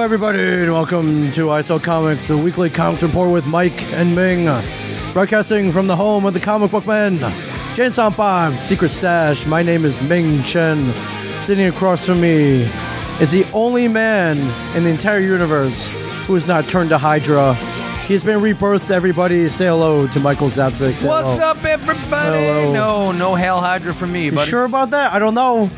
everybody, and welcome to ISO Comics, the weekly comics report with Mike and Ming, broadcasting from the home of the comic book men, Jameson Bomb, Secret Stash. My name is Ming Chen. Sitting across from me is the only man in the entire universe who is not turned to Hydra. He's been rebirthed. Everybody, say hello to Michael Zapsik. Say What's hello. up, everybody? Hello. No, no Hail Hydra for me, You buddy. sure about that? I don't know.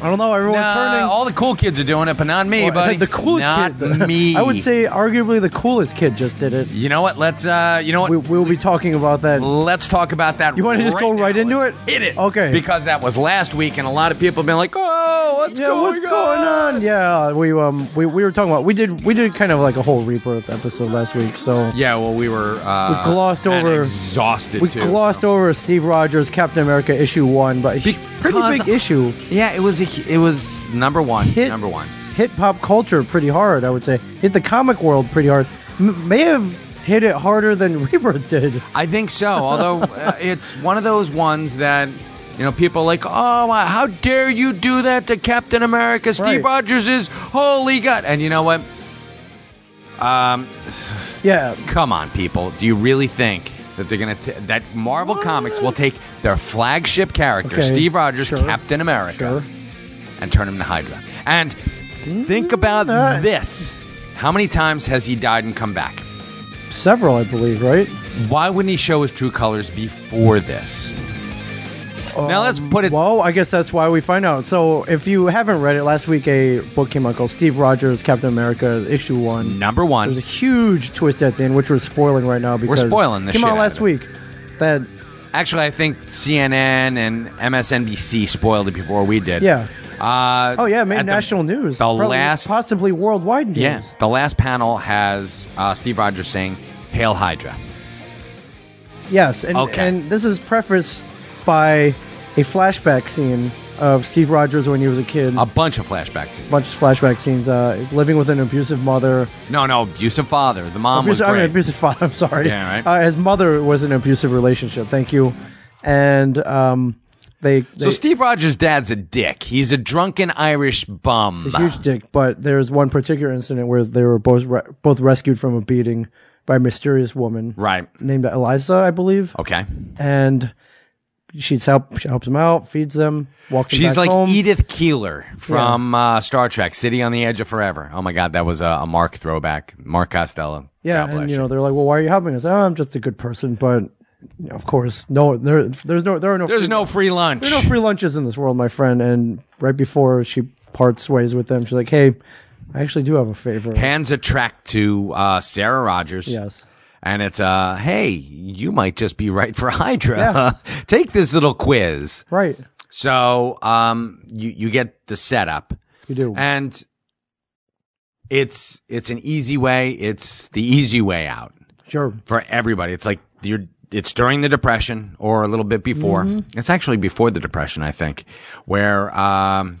I don't know. Everyone's Nah, turning. all the cool kids are doing it, but not me, Well, buddy. The coolest not kid. me. I would say arguably the coolest kid just did it. You know what? Let's. uh You know what? We, we'll be talking about that. Let's talk about that. You want to just go now. right into Let's it? Hit it. Okay. Because that was last week, and a lot of people have been like, "Oh, what's yeah, going what's on? going on? Yeah, we um we, we were talking about we did we did kind of like a whole rebirth episode last week, so Yeah. Well, we were. Uh, We glossed and over- Exhausted. we too. glossed over Steve Rogers Captain America issue one, but a pretty Because- big issue Yeah. It was. A, it was number one. hit Number one. hit pop culture pretty hard. I would say hit the comic world pretty hard. M- may have hit it harder than Rebirth did. I think so. Although uh, it's one of those ones that you know people are like, oh, wow, how dare you do that to Captain America? Right. Steve Rogers is holy god. And you know what? Yeah, Come on, people. Do you really think that they're gonna t- that Marvel Comics will take their flagship character, Okay, Steve Rogers, sure, Captain America, sure. Mm, and turn him to Hydra? And think about alright. this: how many times has he died and come back? Several, I believe, right? Why wouldn't he show his true colors before this? now let's put it Um, Well, I guess that's why we find out. So, if you haven't read it, last week a book came out called Steve Rogers Captain America Issue One. number one. There's a huge twist at the end, which we're spoiling right now because spoiling the it came shit out out last of it. week. That Actually, I think CNN and MSNBC spoiled it before we did. yeah. Uh, Oh yeah, made at the- national news. The Probably- last, possibly worldwide news. yeah, the last panel has uh, Steve Rogers saying, "Hail Hydra." Yes, and Okay. and this is prefaced by a flashback scene of Steve Rogers when he was a kid. A bunch of flashbacks. bunch of flashback scenes. Uh, living with an abusive mother. No, no, abusive father. The mom abusive, was I mean, great. abusive father. I'm sorry. Yeah, right. Uh, his mother was in an abusive relationship. Thank you. And um, they, so they- Steve Rogers' dad's a dick. He's a drunken Irish bum. it's a huge dick. But there's one particular incident where they were both re- both rescued from a beating by a mysterious woman right. named Eliza, I believe, Okay. and. She's help. She helps him out, feeds him, walks him She's back like home. Edith Keeler from uh, Star Trek: City on the Edge of Forever. Oh my God, that was a, a Mark throwback. Mark Costello. Yeah, God and bless you know they're like, "Well, why are you helping us?" Oh, I'm just a good person, but you know, of course, no, there, there's no, there are no, There's free- no free lunch. there are no free lunches in this world, my friend. And right before she parts ways with them, she's like, "Hey, I actually do have a favor." hands a track to uh, Sarah Rogers. Yes. And it's, uh, hey, you might just be right for Hydra. Yeah. Take this little quiz. Right. So um, you you get the setup, You do. and it's it's an easy way. It's the easy way out Sure. for everybody. It's like you're. It's during the depression or a little bit before. Mm-hmm. It's actually before the depression, I think, where um,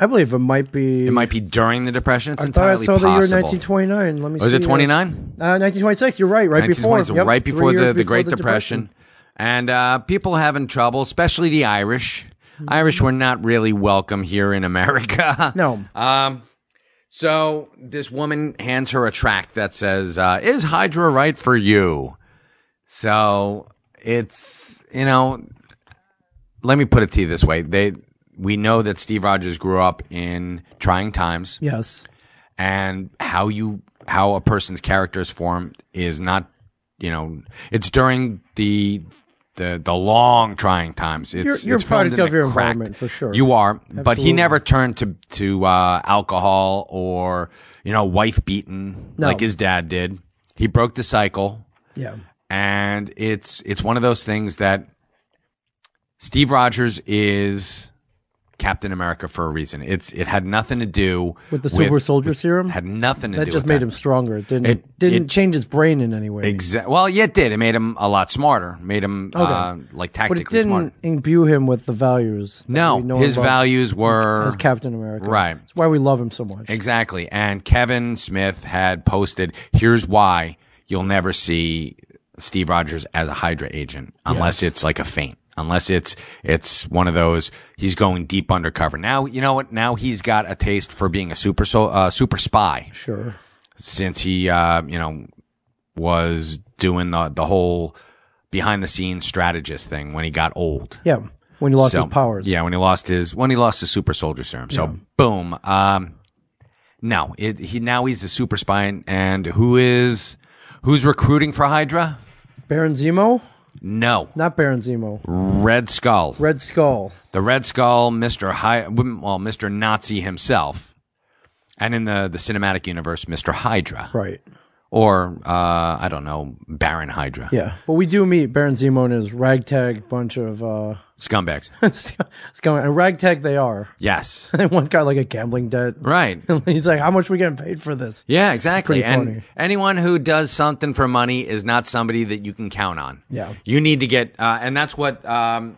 I believe it might be. it might be during the depression. It's I thought I entirely saw that you were possible. 1929. Let me. Was see it here. 29? Uh, 1926. You're right. Right before. 1920s, Yep, right three before the, years the before Great Depression. And uh, people having trouble, especially the Irish. Mm-hmm. Irish were not really welcome here in America. No. Um, so this woman hands her a tract that says, uh, Is Hydra right for you? So it's, you know, let me put it to you this way. They, we know that Steve Rogers grew up in trying times Yes. and how you how a person's character is formed is not you know it's during the the the long trying times it's You're- you're it's a product filmed in of the your crack. environment, for sure. you are but he Absolutely. never turned to to uh alcohol or you know wife beaten No. like his dad did he broke the cycle Yeah. and it's it's one of those things that Steve Rogers is Captain America for a reason. It's it had nothing to do With the Silver Soldier serum. had nothing to that do just with made that. him stronger. It didn't. It- didn't it- change his brain in any way. Exa- well, yeah, it did. It made him a lot smarter. Made him uh, like but it tactically didn't smart. imbue him with the values. that we No, know his about values were as Captain America. Right. That's why we love him so much. exactly. And Kevin Smith had posted, "Here's why you'll never see Steve Rogers as a Hydra agent unless it's like a feint, unless it's it's one of those he's going deep undercover. Now you know what? Now he's got a taste for being a super so uh, super spy Sure. since he uh, you know was doing the the whole behind the scenes strategist thing when he got old. Yeah. When he lost So- his powers. Yeah, when he lost his when he lost his super soldier serum. So boom. Um, no, it, he now he's a super spy, and- and who is who's recruiting for Hydra? Baron Zemo? No, Not Baron Zemo. Red Skull. Red Skull. The Red Skull, Mister Hy- well, Mister Nazi himself, and in the the cinematic universe, Mister Hydra, Right. or uh, I don't know, Baron Hydra. Yeah. But we do meet Baron Zemo and his ragtag bunch of uh Scumbags. scum and ragtag they are. yes. And one's got like a gambling debt. Right. He's like, How much we getting paid for this? Yeah, exactly. Pretty And funny. anyone who does something for money is not somebody that you can count on. Yeah. You need to get, uh, and that's what, um,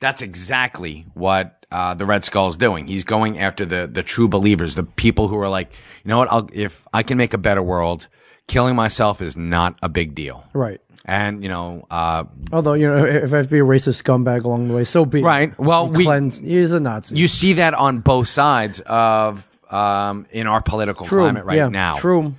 that's exactly what uh, the Red Skull's doing. He's going after the the true believers, the people who are like, you know what? I'll if I can make a better world, killing myself is not a big deal. Right. And you know, uh, Although, you know, if I have to be a racist scumbag along the way, so be it. Right. Well, He we- cleanse he's a Nazi. you see that on both sides of um, in our political True. climate right yeah, now. True.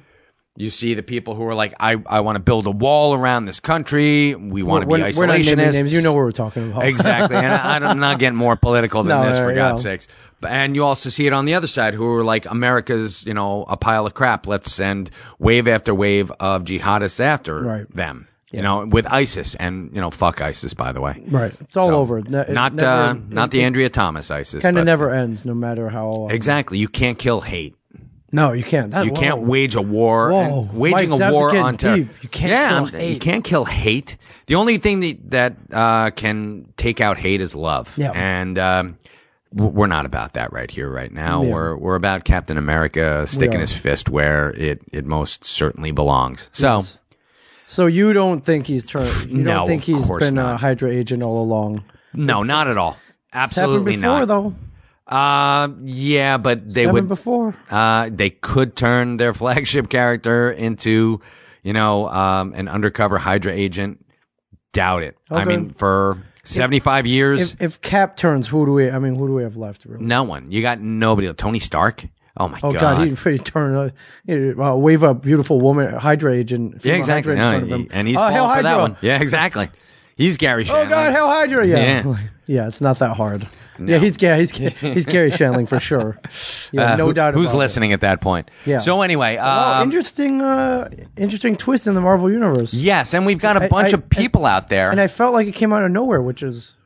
You see the people who are like, I, I want to build a wall around this country. We want to be We're, isolationists. we're not naming names. You know what we're talking about. exactly. And I, I'm not getting more political than No, this, for yeah. God's sakes. But- And you also see it on the other side, who are like, America's, you know, a pile of crap. Let's send wave after wave of jihadists after Right. them. You know, with ISIS and you know, fuck ISIS. By the way, Right. It's all So, over. Ne- it not never- uh, not the Andrea Thomas ISIS. kind but- of never ends, no matter how. Uh, exactly. You can't kill hate. no, you can't. That, You whoa. can't wage a war. Whoa. and waging Mike, a that's war getting on terror. deep. You can't yeah, kill I'm- you hate. can't kill hate. The only thing that that uh, can take out hate is love. Yeah. and um, w- we're not about that right here, right now. Yeah. We're we're about Captain America sticking are. his fist where it it most certainly belongs. So Yes. So you don't think he's turned? You No, don't think of he's course been a not. Hydra agent all along? no, not at all. It's happened Absolutely before, not. though. Uh, yeah, but they happened would. before. Uh, they could turn their flagship character into, you know, um, an undercover Hydra agent. Doubt it. I Okay. mean, for 75 years, If, if Cap turns, who do we? I mean, who do we have left? Really? no one. You got nobody. Tony Stark. Oh my Oh God. God, he'd pretty turn a he'd, uh, wave a beautiful woman Hydra agent. yeah, female exactly. Hydra in No, front of him. he- and he's Oh, falling Hail for Hydra. that one. Yeah, exactly. He's Gary Oh Shannon. God, Hail Hydra! Yeah, Yeah. yeah. it's not that hard. Yeah, he's yeah, he's he's Gary Shanling for sure. Yeah, Uh, no who- doubt. Who's about it. listening at that point? Yeah. So anyway, Oh, um, interesting, uh, interesting twist in the Marvel universe. yes, and we've got a I- bunch I- of people out there. and I felt like it came out of nowhere, which is,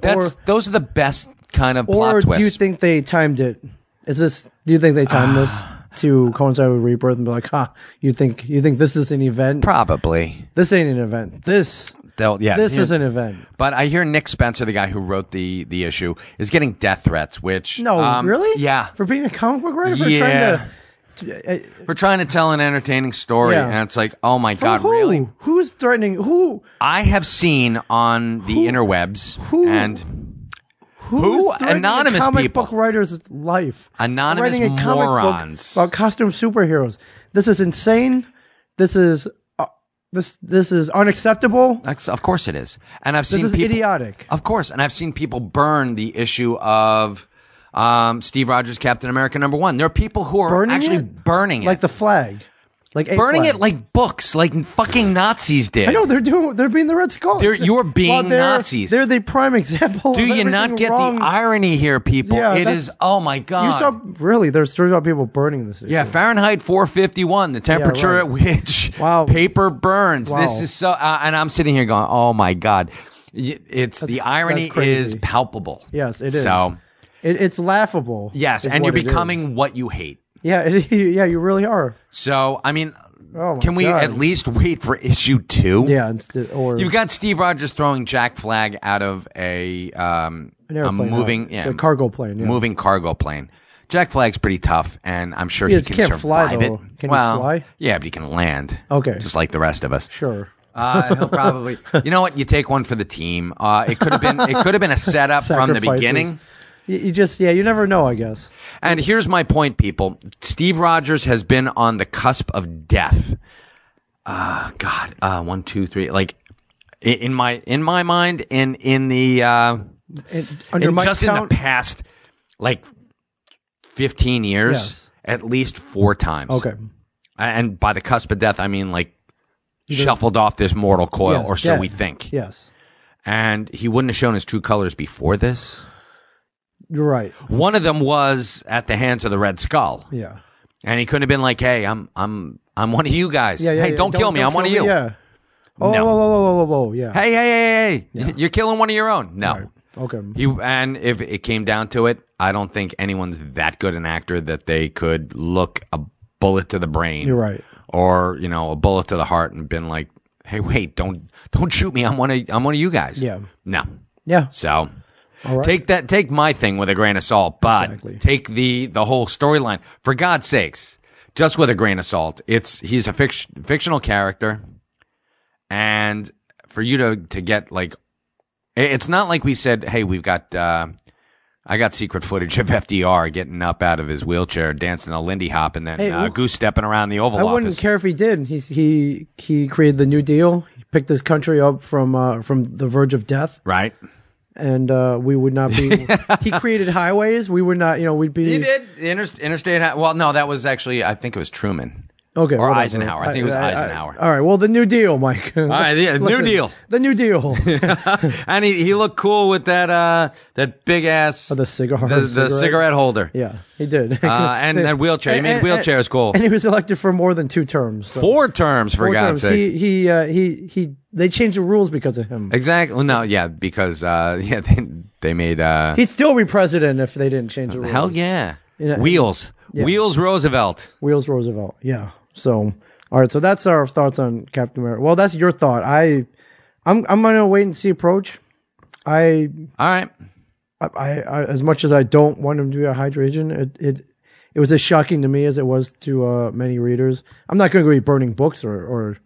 That's or those are the best kind of or plot do twists. you think they timed it? Is this? Do you think they timed this to coincide with Rebirth and be like, huh? You think you think this is an event? Probably. this ain't an event. This They'll, yeah. this Yeah. is an event. But I hear Nick Spencer, the guy who wrote the the issue, is getting death threats. Which No, um, really? yeah, for being a comic book writer, for Yeah. trying to. to- uh, we're trying to tell an entertaining story, Yeah. and it's like, oh my god, who? really? Who's threatening? Who? I have seen on the interwebs who- and Who? Who? is threatening Anonymous a comic people. book writer's life. Anonymous Writing a comic morons. book about costume superheroes. This is insane. This is uh, this this is unacceptable. that's, of course it is, and I've This seen is people, idiotic. of course, and I've seen people burn the issue of. Um, Steve Rogers, Captain America number one. There are people who are Burning actually it? burning it, Like the flag, like a burning flag. it like books, like fucking Nazis did. I know they're doing. They're being the Red Skulls. They're- you're being Well, they're- Nazis. They're the prime example. Do of you not everything get wrong. the irony here, people? Yeah, it that's- is. Oh my god! You saw really? There's stories about people burning this. Issue. yeah, Fahrenheit 451, the temperature right. at which Wow. paper burns. This Wow. is so. Uh, and I'm sitting here going, "Oh my god!" Y- It's the irony that's is crazy. palpable. Yes, it is. So It, it's laughable. yes, is and you're what it is. becoming what you hate. Yeah, it, yeah, you really are. So I mean, Oh my can we God. at least wait for issue two? Yeah, instead, or You've got Steve Rogers throwing Jack Flag out of a um, An a airplane, moving huh? yeah, It's a cargo plane, yeah. moving cargo plane. Jack Flag's pretty tough, and I'm sure Yeah, he it can can't survive fly, it. though. Can he well, fly? Yeah, but he can land. Okay. just like the rest of us. sure. Uh, he'll probably. you know what? You take one for the team. Uh, it could have been. It could have been a setup from the Sacrifices. beginning. You, you just yeah, you never know. I guess. And here's my point, people. Steve Rogers has been on the cusp of death. Uh, God, uh, one, two, three. Like I- in my in my mind and in the uh, And under in Mike's just count, in the past like fifteen years, Yes. at least four times. okay, and by the cusp of death, I mean like shuffled off this mortal coil, Yes, or so dead. we think. yes, And he wouldn't have shown his true colors before this. you're right. One of them was at the hands of the Red Skull, Yeah, and he couldn't have been like, "Hey, I'm I'm I'm one of you guys. yeah, yeah. hey, yeah. don't, kill me. I'm one of you. Yeah. Oh, No. whoa, whoa, whoa, whoa, whoa, whoa, yeah. Hey, hey, hey, hey, hey! You're killing one of your own. No." Okay. You and if it came down to it, I don't think anyone's that good an actor that they could look a bullet to the brain. You're right. Or, you know, a bullet to the heart and been like, "Hey, wait, don't don't shoot me. I'm one of I'm one of you guys." Yeah. No. Yeah. So, All right. take that take my thing with a grain of salt, but Exactly. take the the whole storyline for God's sakes, just with a grain of salt. It's he's a fict- fictional character and for you to to get like it- it's not like we said hey we've got uh I got secret footage of FDR getting up out of his wheelchair, dancing a Lindy Hop, and then Hey, uh, w- goose stepping around the Oval I Office. wouldn't care if he did. He's, he he created the New Deal. He picked this country up from uh, from the verge of death, Right? and uh, we would not be. he created highways. We would not. You know, we'd be. He did inter- interstate. hi- Well, no, that was actually I think it was Truman. Okay. Or Eisenhower. I think it was Eisenhower. all right. Well, the New Deal, Mike. All right, yeah, New Deal. The New Deal. and he, he looked cool with that uh that big ass Oh, the cigar, the, the cigarette. cigarette. holder. yeah, he did. Uh, and that wheelchair. He made wheelchairs cool. And he was elected for more than two terms. so- Four terms for Four God's terms. sake. He he uh, he he. They changed the rules because of him. exactly. Well, no, yeah, because uh yeah they, they made uh He'd still be president if they didn't change the rules. hell yeah. know, Wheels. Wheels Roosevelt. Wheels Roosevelt. Yeah. So all right. So that's our thoughts on Captain America. Well, that's your thought. I, I'm I'm gonna wait and see approach. I All right. I, I, I as much as I don't want him to be a Hydra agent, it it, it was as shocking to me as it was to uh, many readers. I'm not going to be burning books or, or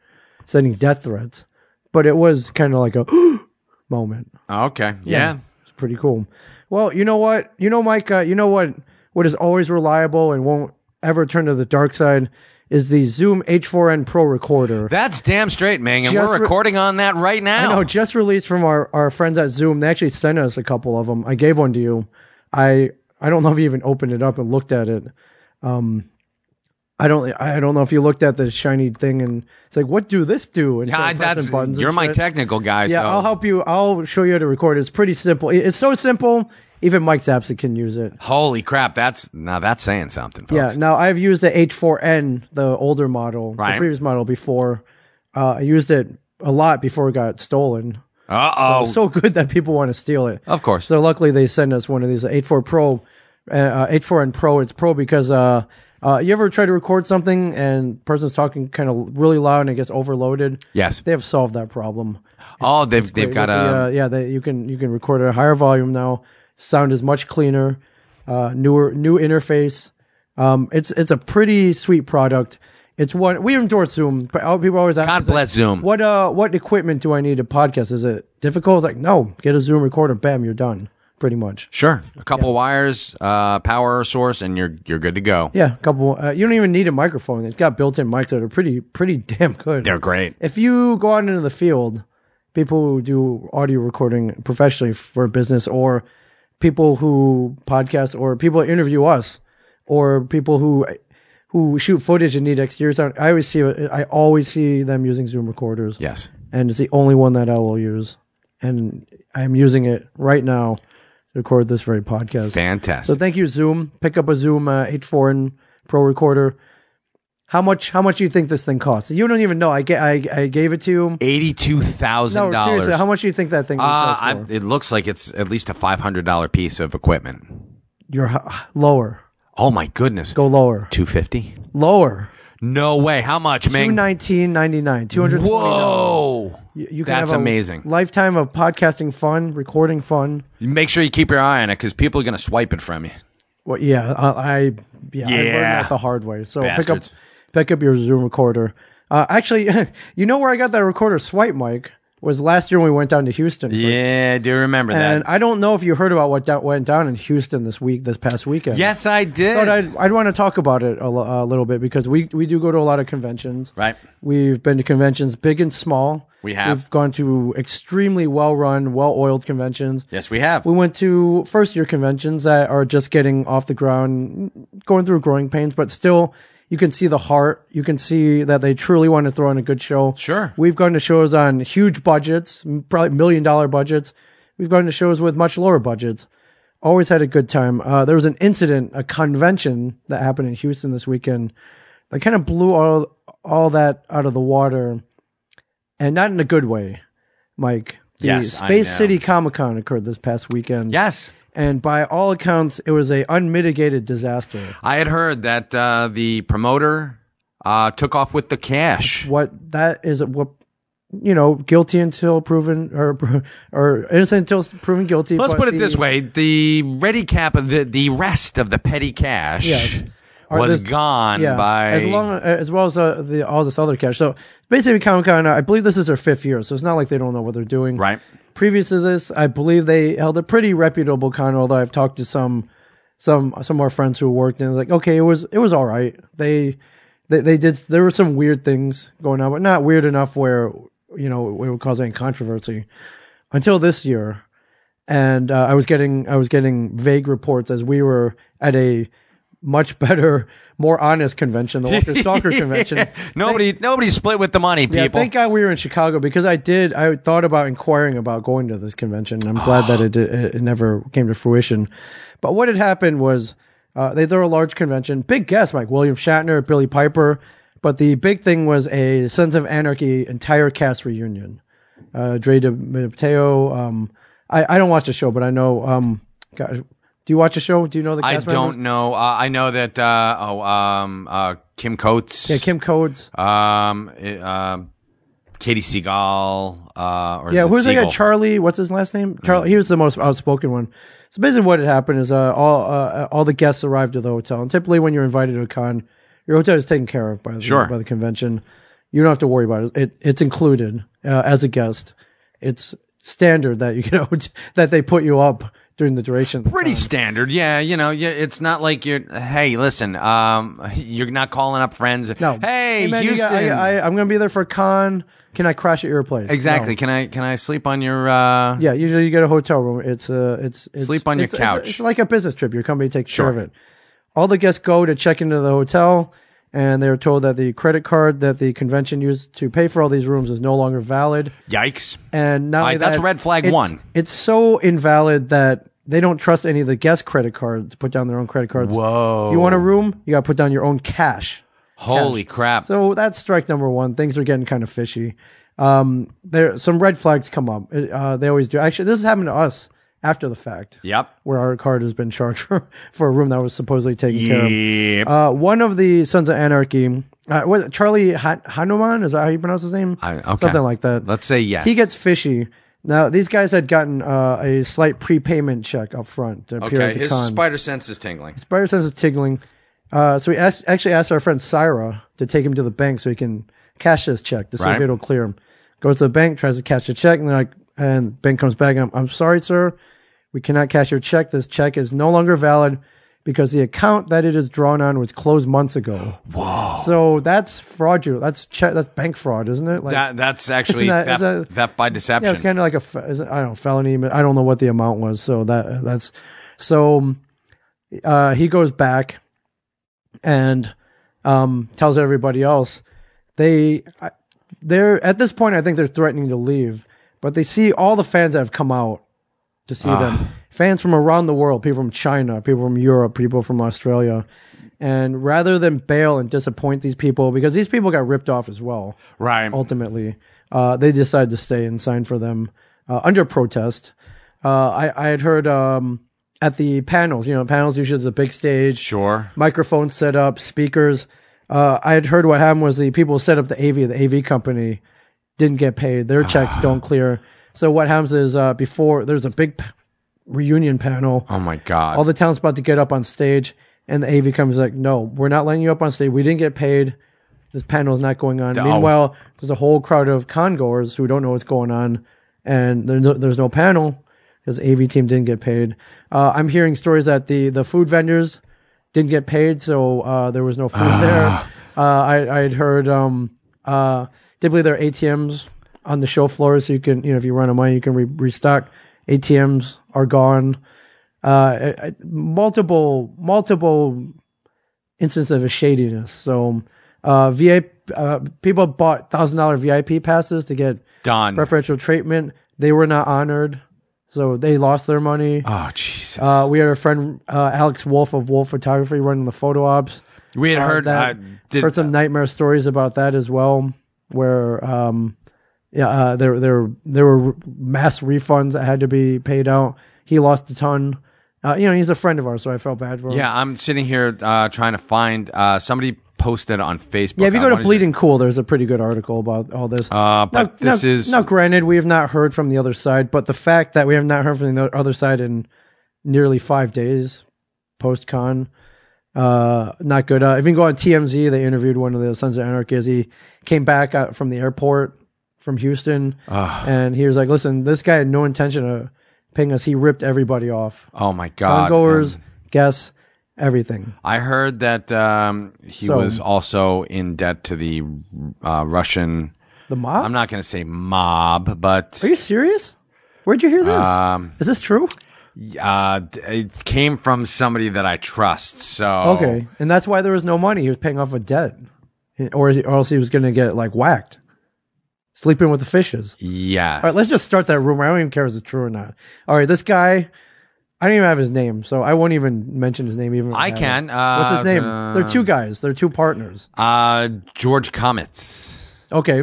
sending death threats, but it was kind of like a moment. Okay. Yeah. It's pretty cool. Well, you know what? You know, Mike. Uh, you know what? What is always reliable and won't ever turn to the dark side is the Zoom H4n Pro recorder. That's damn straight, Ming, and Just we're re- recording on that right now. No, just released from our, our friends at Zoom. They actually sent us a couple of them. I gave one to you. I I don't know if you even opened it up and looked at it. Um, I don't I don't know if you looked at the shiny thing and it's like, what do this do? And God, that's you're my technical guy. Yeah, so. I'll help you. I'll show you how to record. It's pretty simple. It- It's so simple. Even Mike Zapsik can use it. Holy crap! That's now that's saying something, folks. Yeah. Now I've used the H4n, the older model, Right. the previous model before. Uh, I used it a lot before it got stolen. Uh oh. so good that people want to steal it. Of course. So luckily they send us one of these 84 Pro, uh, uh, 84 and Pro. It's Pro because uh, uh, you ever try to record something and person's talking kind of really loud and it gets overloaded. yes. They have solved that problem. Oh, they've they've got With the, a uh, yeah. They, you can you can record at a higher volume now. Sound is much cleaner. Uh, newer new interface. Um, it's it's a pretty sweet product. It's one we endorse Zoom. But all- people always ask. God us, like, bless Zoom. What uh what equipment do I need to podcast? Is it difficult? It's like no, get a Zoom recorder. Bam, you're done. Pretty much. Sure, a couple wires, uh, power source, and you're you're good to go. Yeah, a couple. Uh, you don't even need a microphone. It's got built-in mics that are pretty pretty damn good. They're great. if you go out into the field, people who do audio recording professionally for business, or people who podcast, or people who interview us, or people who who shoot footage and need exterior sound, I always see I always see them using Zoom recorders. Yes. and it's the only one that I will use, and I'm using it right now to record this very podcast. So Fantastic. thank you, Zoom. Pick up a Zoom uh, H4 and Pro Recorder. How much? How much do you think this thing costs? You don't even know. I ga- I, I gave it to you. Eighty-two thousand No, seriously. dollars. How much do you think that thing Uh, costs? I, it looks like it's at least a five hundred dollar piece of equipment. You're h- lower. Oh my goodness. Go lower. Two fifty. Lower. No way. How much, Two Ming? nineteen ninety nine. Two hundred. Whoa. You, you can That's have a amazing. Lifetime of podcasting fun, recording fun. Make sure you keep your eye on it because people are going to swipe it from you. Well, yeah, I, I yeah, I learned Yeah. that the hard way. So Bastards. pick up pick up your Zoom recorder. Uh, actually, you know where I got that recorder swipe mic was last year when we went down to Houston. for- Yeah, I do remember And that. I don't know if you heard about what da- went down in Houston this week, this past weekend. yes, I did. But I'd, I'd want to talk about it a, lo- a little bit because we, we do go to a lot of conventions. right. We've been to conventions big and small. We have. We've gone to extremely well run, well oiled conventions. Yes, we have. We went to first year conventions that are just getting off the ground, going through growing pains, but still you can see the heart. You can see that they truly want to throw in a good show. Sure. We've gone to shows on huge budgets, m- probably million dollar budgets. We've gone to shows with much lower budgets. Always had a good time. Uh, there was an incident, a convention that happened in Houston this weekend that kind of blew all, all that out of the water and not in a good way, Mike. The Yes, I Space know. City Comic Con occurred this past weekend. yes. And by all accounts, it was a unmitigated disaster. I had heard that uh, the promoter uh, took off with the cash. What that is, what you know, guilty until proven or or innocent until proven guilty. Let's but put it the- this way: the ready cap of the the rest of the petty cash Yes. Or this- was gone yeah, by. as long as well as uh, the all this other cash. So basically, Comic Con, I believe this is their fifth year, so it's not like they don't know what they're doing. Right. Previous to this, I believe they held a pretty reputable con. Although I've talked to some some some more friends who worked, and it's like, okay, it was it was all right. They they they did there were some weird things going on, but not weird enough where you know it would cause any controversy until this year and uh, I was getting I was getting vague reports as we were at a much better, more honest convention, the Walker Stalker convention. nobody nobody split with the money, Yeah, people. thank God we were in Chicago because I did. I thought about inquiring about going to this convention. and I'm glad that it, did- it it never came to fruition. But what had happened was uh, they threw a large convention, big guests like William Shatner, Billy Piper. But the big thing was a Sons of Anarchy entire cast reunion. Uh, Dre De Matteo. Um, I I don't watch the show, but I know. Um, God, do you watch the show? Do you know the? I Cast members? don't know. Uh, I know that. Uh, oh, um, uh, Kim Coates. Yeah, Kim Codes. Um, it, um, Katie Seagal. Uh, or Yeah, is it who's like a Seagal? Charlie? What's his last name? Mm. Charlie. He was the most outspoken one. So basically, what had happened is uh, all uh, all the guests arrived at the hotel, and typically when you're invited to a con, your hotel is taken care of by the Sure. by the convention. You don't have to worry about it. it it's included uh, as a guest. It's standard that you get a hot- that they put you up during the duration. of the pretty con. standard. Yeah, you know, yeah, it's not like you're. Hey, listen, um, you're not calling up friends. No. Hey, man, you Houston. got- I, I, I'm going to be there for a con. Can I crash at your place? No. exactly. Can I can I sleep on your? Uh, Yeah, usually you get a hotel room. It's uh, it's, it's Sleep on your it's- it's- couch. It's, like a business trip. Your company takes Sure. care of it. All the guests go to check into the hotel, and they're told that the credit card that the convention used to pay for all these rooms is no longer valid. Yikes. And not All right, only that's that, red flag it's- one. It's so invalid that they don't trust any of the guest credit cards to put down their own credit cards. Whoa. If you want a room, you got to put down your own cash. Holy crap. So that's strike number one. Things are getting kind of fishy. Um, there some red flags come up. Uh, they always do. Actually, this has happened to us after the fact. yep. Where our card has been charged for, for a room that was supposedly taken care of. Yep. Uh, one of the Sons of Anarchy, uh, was it Charlie Han- Hanuman? Is that how you pronounce his name? I- okay. Something like that. Let's say yes. He gets fishy. Now these guys had gotten uh, a slight prepayment check up front to appear at okay. the His con. spider sense is tingling. Spider sense is tingling. Uh, so we asked, actually asked our friend Syra to take him to the bank so he can cash this check to see Right. if it'll clear him. Goes to the bank, tries to cash the check, and they're like, and bank comes back. I'm, I'm sorry, sir, we cannot cash your check. This check is no longer valid because the account that it is drawn on was closed months ago. Whoa! So that's fraudulent. That's che- that's bank fraud, isn't it? Like, That, that's actually Isn't that- theft, is that- theft by yeah, deception. it's kind of like a fe- is it- I don't know, felony. but I don't know what the amount was. So that that's so um, uh, he goes back and um, tells everybody else they I- they're at this point. I think they're threatening to leave, but they see all the fans that have come out to see them. Fans from around the world, people from China, people from Europe, people from Australia. And rather than bail and disappoint these people, because these people got ripped off as well right. ultimately uh, they decided to stay and sign for them uh, under protest. Uh, I, I had heard um, at the panels, you know, panels usually is a big stage, Sure. microphone set up, speakers. Uh, I had heard what happened was the people who set up the AV, the AV company, didn't get paid. Their checks don't clear. So what happens is uh, before there's a big p- reunion panel Oh my God. all the town's about to get up on stage and the AV comes like, no, we're not letting you up on stage. We didn't get paid. This panel's not going on. Oh. Meanwhile, there's a whole crowd of congoers who don't know what's going on, and there's no, there's no panel because AV team didn't get paid. Uh, I'm hearing stories that the the food vendors didn't get paid, so uh, there was no food there. Uh, I I had heard um uh did believe there are ATMs on the show floor, so you can you know if you run out of money, you can re- restock. ATMs are gone. Uh, I- I- multiple multiple instance of a shadiness. So, uh, VIP uh, people bought thousand dollar VIP passes to get Done. preferential treatment. They were not honored, so they lost their money. Oh Jesus! Uh, we had our friend uh, Alex Wolf of Wolf Photography running the photo ops. we had heard. uh, that- I did, Heard some nightmare stories about that as well, where um, yeah, uh, there there there were mass refunds that had to be paid out. He lost a ton. Uh, you know, he's a friend of ours, so I felt bad for him. yeah, I'm sitting here uh, trying to find uh, somebody posted on Facebook. Yeah, if you I go to wanted Bleeding Cool, there's a pretty good article about all this. Uh, but Now- this now- is now. Granted, we have not heard from the other side, but the fact that we have not heard from the other side in nearly five days post con, uh, not good. Uh, if you can go on TMZ, they interviewed one of the Sons of Anarchy as he came back uh, from the airport from Houston, Ah. and he was like, "Listen, this guy had no intention of paying us. He ripped everybody off, oh my god. congoers, um, guests, everything." I heard that um, he So- was also in debt to the uh, Russian. The mob? I'm not going to say mob, but Are you serious? Where'd you hear this? Um, Is this true? uh, d- it came from somebody that I trust. So Okay, and that's why there was no money. He was paying off a debt, or, or else he was going to get like whacked, sleeping with the fishes. yes. All right, let's just start that rumor. I don't even care if it's true or not. All right, this guy, I don't even have his name, so I won't even mention his name. Even if I have can. it. Uh, What's his name? uh, They're two guys. They're two partners. Uh, George Comets. Okay,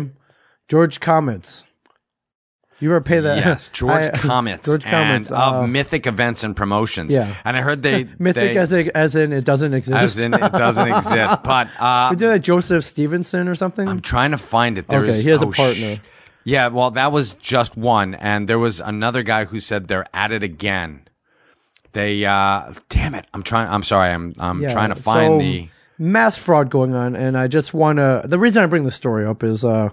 George Comets. You ever pay that? Yes, George I- uh, Comets. George and Comets of uh, Mythic events and promotions. Yeah. and I heard they mythic they, as in, as in it doesn't exist. as in uh, it doesn't exist. But uh, Is that Joseph Stevenson or something? I'm trying to find it. There Okay, is he has a oh, sh- partner. yeah, well, that was just one, and there was another guy who said they're at it again. They, uh, damn it! I'm trying. I'm sorry. I'm I'm Yeah, trying to find so the. mass fraud going on, and I just want to. The reason I bring this story up is uh,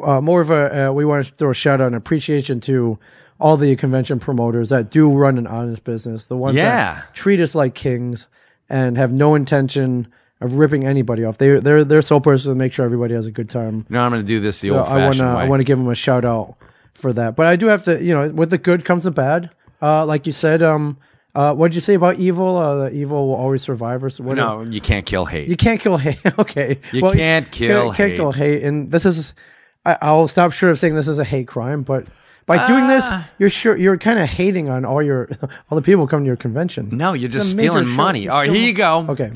uh, more of a uh, we want to throw a shout out and appreciation to all the convention promoters that do run an honest business, the ones Yeah. that treat us like kings and have no intention of ripping anybody off. They they're their sole purpose is to make sure everybody has a good time. No, I'm going to do this the So old I want fashioned to way. I want to give them a shout out for that. But I do have to, you know, with the good comes the bad. Uh, like you said, um, uh, what did you say about evil? Uh, the evil will always survive, or so, what, no, you can't kill hate. you can't kill hate. okay. You can't kill can't, kill hate. And this is, I, I'll stop short of saying this is a hate crime, but by Uh, doing this, you're sure you're kind of hating on all your all the people coming to your convention. no, you're just a major stealing show. money. You're All right, here you go. Okay.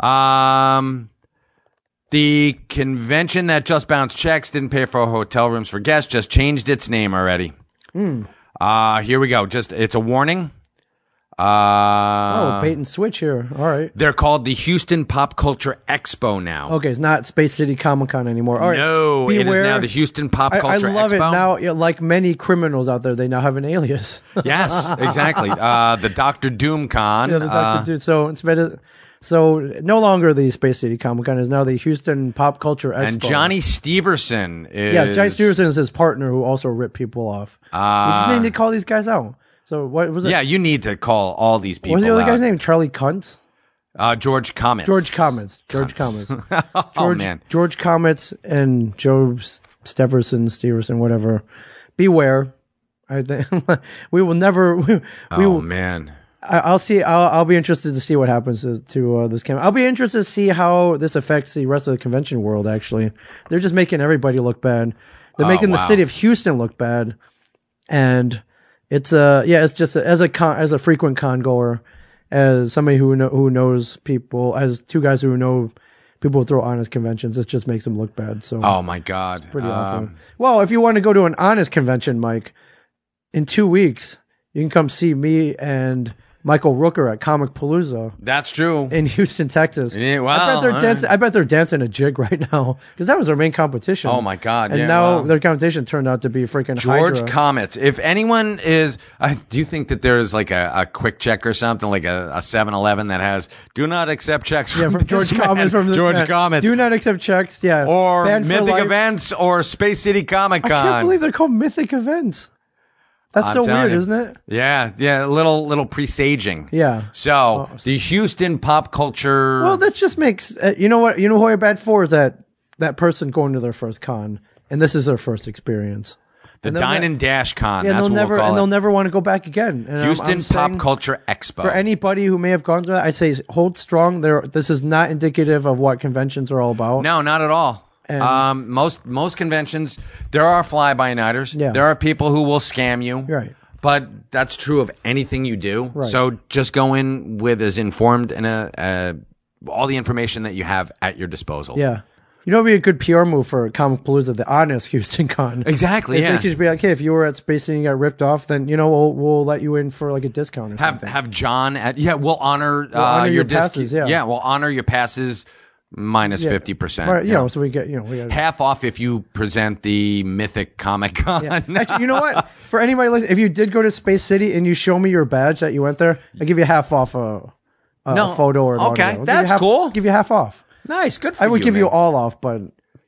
Um, the convention that just bounced checks didn't pay for hotel rooms for guests, just changed its name already. Hmm. Uh, here we go. Just it's a warning. Uh, oh, bait and switch here. All right. they're called the Houston Pop Culture Expo now. Okay, it's not Space City Comic Con anymore. All right. No, it is Oh, beware. now the Houston Pop I, I Culture love Expo. it now. yeah, Like many criminals out there, they now have an alias. yes, exactly. Uh, the Doctor Doom Con. Yeah, the Dr. uh, Seuss. So instead of, so no longer the Space City Comic Con is now the Houston Pop Culture Expo. and Johnny Steverson is Yes, Johnny Stevenson is his partner who also ripped people off. we just need to call these guys out. So what was it? uh, Ah. Yeah, you need to call all these people. what was the other out. guy's name? Charlie Cunt? Uh, George Comets. George Comets. George Comets. oh George, man. George Comets and Joe S- Steverson, Steverson, whatever. Beware. I think we will never. We, we Oh will, man. I, I'll see. I'll, I'll be interested to see what happens to, to uh, this camera. I'll be interested to see how this affects the rest of the convention world. Actually, they're just making everybody look bad. They're making the wow. city of Houston look bad, and it's uh, yeah. It's just as a con, as a frequent con goer, as somebody who know, who knows people, as two guys who know people who throw honest conventions. It just makes them look bad. So Oh my god. pretty awful. Um, Well, if you want to go to an honest convention, Mike, in two weeks you can come see me and Michael Rooker at Comic Palooza That's true. in Houston, Texas. Yeah, I well, bet they're all dancing. I bet they're dancing a jig right now because that was their main competition. Oh, my God, And yeah, now well. their competition turned out to be freaking George Hydra. Comets. If anyone is, uh, do you think that there is like a, a quick check or something, like a 7 Eleven that has, do not accept checks from, yeah, from this George man," Comets from this George man. Comets. Do not accept checks. Yeah, or Banned for Mythic life. Events or Space City Comic I can't Con. believe they're called Mythic Events. That's I'm so telling weird, you. isn't it? Yeah, yeah, a little, little presaging. Yeah. So the Houston pop culture. Well, that just makes uh, you know what you know who I bad for is that that person going to their first con and this is their first experience. The they'll Dine ne- and Dash Con. Yeah, and that's they'll what never we'll and call they'll it. never want to go back again. And I'm- Houston I'm saying Pop Culture Expo. For anybody who may have gone to that, I say hold strong. There, this is not indicative of what conventions are all about. no, not at all. And- um, most most conventions, there are fly by nighters. Yeah. There are people who will scam you. Right. But that's true of anything you do. Right. So just go in with as informed and uh uh all the information that you have at your disposal. Yeah, you know, it'd be a good PR move for Comic Palooza, the honest Houston con. Exactly. If Yeah. They could just be like, hey, if you were at Space and you got ripped off, then you know we'll we'll let you in for like a discount or have something. have John at yeah. We'll honor, uh, honor your disc- passes, yeah. We'll honor your passes minus fifty percent. Right, you know, so we get you know we got half off if you present the Mythic Comic Con. Actually, you know what? For anybody listening, if you did go to Space City and you show me your badge that you went there, I'll give you half off a, a No. photo or an Okay, autograph. I'll give you that's half- cool. Give you half off. nice, good. for I would give you man. all off, but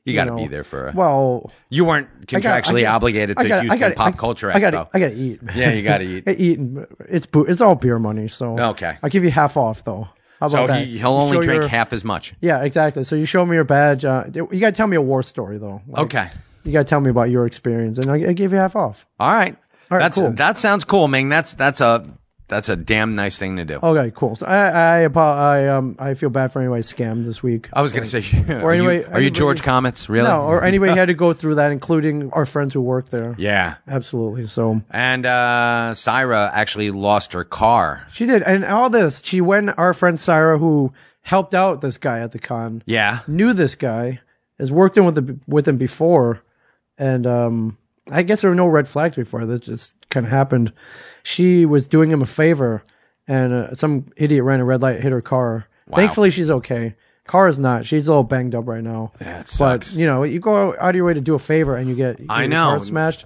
you, gotta know, be there for a- well. You weren't I gotta- I contractually gotta- obligated I to gotta- I Houston gotta- Pop I- Culture Expo. I gotta, I gotta eat. Yeah, you gotta eat. I eat. and- It's boo- It's all beer money, so Okay. I'll give you half off though. How about so that? he, he'll You only show drink your- half as much. Yeah, exactly. So you show me your badge. Uh, you gotta tell me a war story though. Like, Okay. You gotta tell me about your experience, and I, I give you half off. All right. All right, That's cool. that sounds cool, Ming. That's that's a that's a damn nice thing to do. Okay, cool. So I, I, apo- I, um, I feel bad for anybody scammed this week. I was gonna say, or are, you- anyway, are you, George anybody- Comets? Really? No, or anybody had to go through that, including our friends who work there. yeah. Absolutely. So And uh, Syra actually lost her car. she did, and all this. She went. Our friend Sarah, who helped out this guy at the con, Yeah. knew this guy, has worked in with the, with him before, and um, I guess there were no red flags before. This just kind of happened. She was doing him a favor, and uh, some idiot ran a red light, hit her car. Thankfully, she's okay. Car is not. She's a little banged up right now. That But sucks. you know, you go out of your way to do a favor, and you get I your know. Ah, car smashed.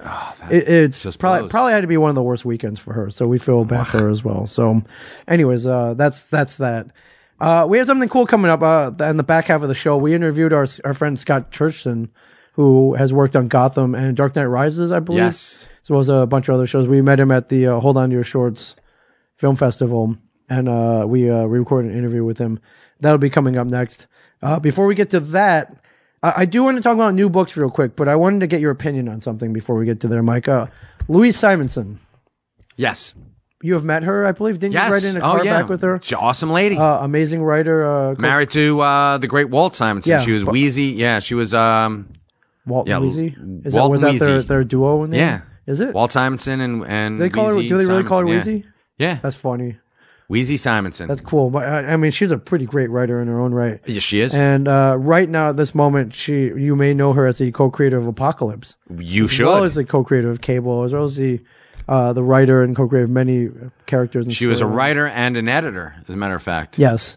it, it's just probably blows. probably had to be one of the worst weekends for her. So we feel bad for her as well. So, anyways, uh, that's that's that. Uh, we have something cool coming up uh, in the back half of the show. We interviewed our our friend Scott Churchton, who has worked on Gotham and Dark Knight Rises, I believe, Yes. as well as a bunch of other shows. We met him at the uh, Hold On to Your Shorts Film Festival, and uh, we uh, we recorded an interview with him. That'll be coming up next. Uh, before we get to that, I, I do want to talk about new books real quick, but I wanted to get your opinion on something before we get to there, Mike. Uh, Louise Simonson, Yes. you have met her, I believe. Didn't Yes. you ride in a car oh yeah. back with her? She's an awesome lady. Uh, amazing writer, uh, Married Married to uh, the great Walt Simonson. Yeah, she was but- wheezy. Yeah, she was. Um, Walt yeah, and Lizzie. Is that, Walt was and that their, Lizzie. their duo name? Yeah. Is it? Walt Simonson and and do they call her, Wheezy do they really call her Simonson. Wheezy? Yeah, yeah. That's funny. Wheezy Simonson. That's cool. But uh, I, I mean, she's a pretty great writer in her own right. yeah, she is. And uh, right now, at this moment, she you may know her as the co-creator of Apocalypse, you as should. well as the co-creator of Cable, as well as the uh, the writer and co-creator of many characters. And she was a storylines. writer and an editor, as a matter of fact. Yes,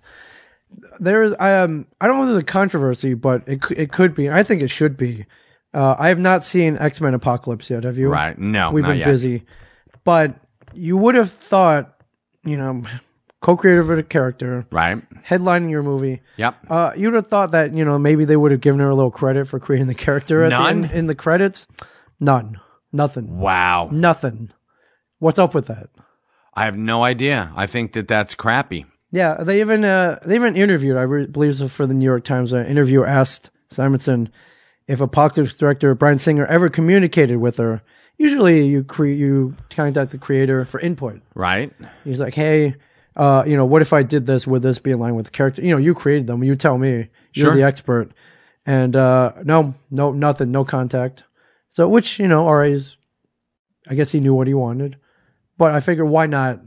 there is. I um, I don't know if there's a controversy, but it cou- it could be. I think it should be. Uh, I have not seen X Men Apocalypse yet. Have you? Right. No, We've not been yet. busy, but you would have thought, you know, co-creator of a character, Right. headlining your movie. Yep. Uh, you'd have thought that you know maybe they would have given her a little credit for creating the character at the None? end- in the credits. None, nothing, wow. nothing. What's up with that? I have no idea. I think that that's crappy. Yeah, they even uh, they even interviewed. I re- believe it was for the New York Times. An interviewer asked Simonson if Apocalypse director Brian Singer ever communicated with her. Usually, you cre- you contact the creator for input. Right. He's like, hey, uh, you know, what if I did this? Would this be in line with the character? You know, you created them. You tell me. You're Sure. the expert. And uh, no, no, nothing, no contact. So, which you know, RA's, I guess he knew what he wanted, but I figure why not?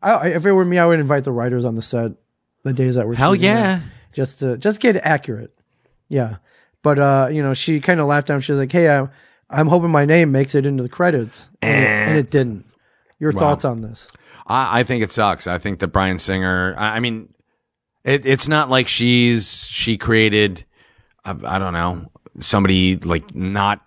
I, I- if it were me, I would invite the writers on the set the days that were Hell shooting it, yeah. just to just get it accurate. Yeah, but uh, you know, she kind Eh. of laughed at him. She was like, hey, I'm, I'm hoping my name makes it into the credits, and, it, and it didn't. Your thoughts on this? I, I think it sucks. I think that Brian Singer. I, I mean, it, it's not like she's she created. I, I don't know somebody like not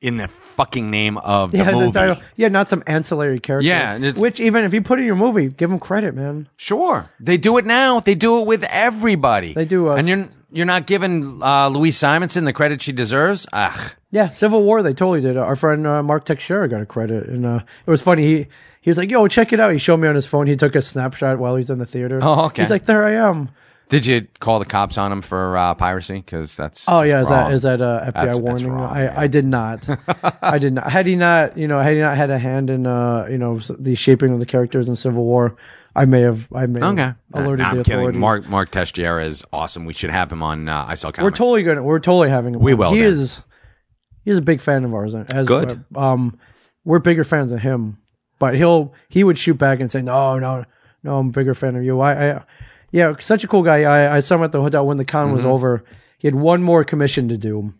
in the fucking name of the Yeah, the movie. title. Yeah, not some ancillary character. Yeah, and it's- which even if you put it in your movie, give them credit, man. Sure, they do it now. They do it with everybody. They do us. and you're you're not giving uh, Louise Simonson the credit she deserves. Ugh. Yeah, Civil War, they totally did. Our friend uh, Mark Teixeira got a credit, and uh, it was funny. He he was like, "Yo, check it out." He showed me on his phone. He took a snapshot while he's in the theater. Oh, okay. He's like, "There I am." Did you call the cops on him for uh, piracy? Because that's Oh just yeah, is that wrong. is that a FBI That's- that's warning? wrong, I, yeah. I did not, I did not. Had he not, you know, had he not had a hand in, uh, you know, s- the shaping of the characters in Civil War, I may have, I may Okay. have alerted Nah, the I'm authorities. kidding. Mark Mark Teixeira is awesome. We should have him on uh, I Saw Comics. we're totally gonna, we're totally having him. We on. will, He Dan. is, he's a big fan of ours. uh, As Good. Um, we're bigger fans of him, but he'll he would shoot back and say, no, no, no, I'm a bigger fan of you. I, I yeah, such a cool guy. I, I saw him at the hotel when the con Mm-hmm. was over. He had one more commission to do.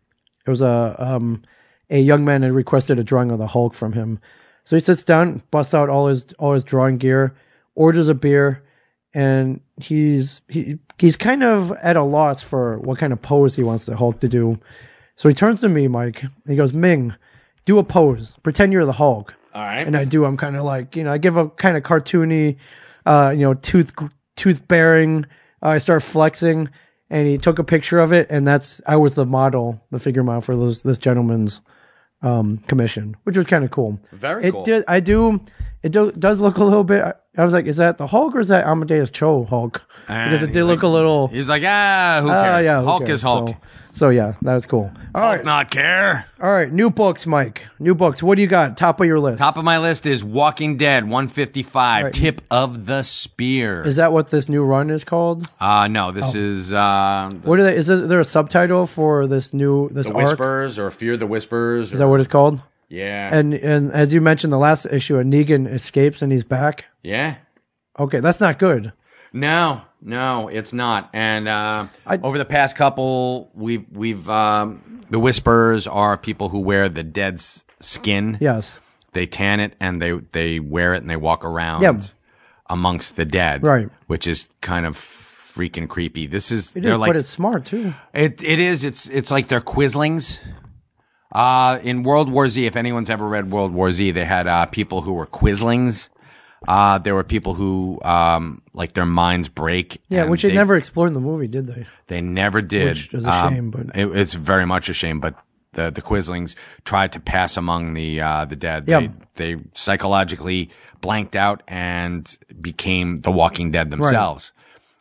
It was a um, a young man had requested a drawing of the Hulk from him. So he sits down, busts out all his all his drawing gear, orders a beer, and he's he he's kind of at a loss for what kind of pose he wants the Hulk to do. So he turns to me, Mike. And he goes, "Ming, do a pose. Pretend you're the Hulk." All right. and I do. I'm kind of like you know, I give a kind of cartoony, uh, you know, tooth tooth bearing. Uh, I start flexing, and he took a picture of it, and that's I was the model, the figure model for those this gentleman's um, commission, which was kind of cool. Very it cool. did. I do. It do, does look a little bit. I, I was like, is that the Hulk or is that Amadeus Cho Hulk? Because And it did he's look a little. He's like, ah, who cares? Ah, yeah, who Hulk cares? is Hulk. So, so yeah, that was cool. All right, Hulk not care. all right. New books, Mike. New books. What do you got? Top of your list. Top of my list is Walking Dead 155, Tip of the Spear. Is Oh. that what this new run is called? uh, no, this is uh, The What are they? Is there, is there a subtitle for this new this arc? Whispers or Fear the Whispers. Is that what it's called? yeah. And and as you mentioned, the last issue, Negan escapes and he's back. yeah. Okay, that's not good. No, no, it's not. And uh, I- over the past couple, we've we've um, the whisperers are people who wear the dead's skin. Yes, They tan it and they they wear it and they walk around Yeah. amongst the dead. Right. which is kind of freaking creepy. This is it they're is, like but it's smart too. it, it is. It's it's like they're Quislings. Uh, in World War Z, if anyone's ever read World War Z, they had uh, people who were Quislings. Uh, there were people who um, like their minds break. Yeah, and which they, they, never explored in the movie, did they? they never did. um, Which is a shame, but- it, it's very much a shame. But the the Quislings tried to pass among the uh, the dead. Yeah. They, they psychologically blanked out and became the Walking Dead themselves.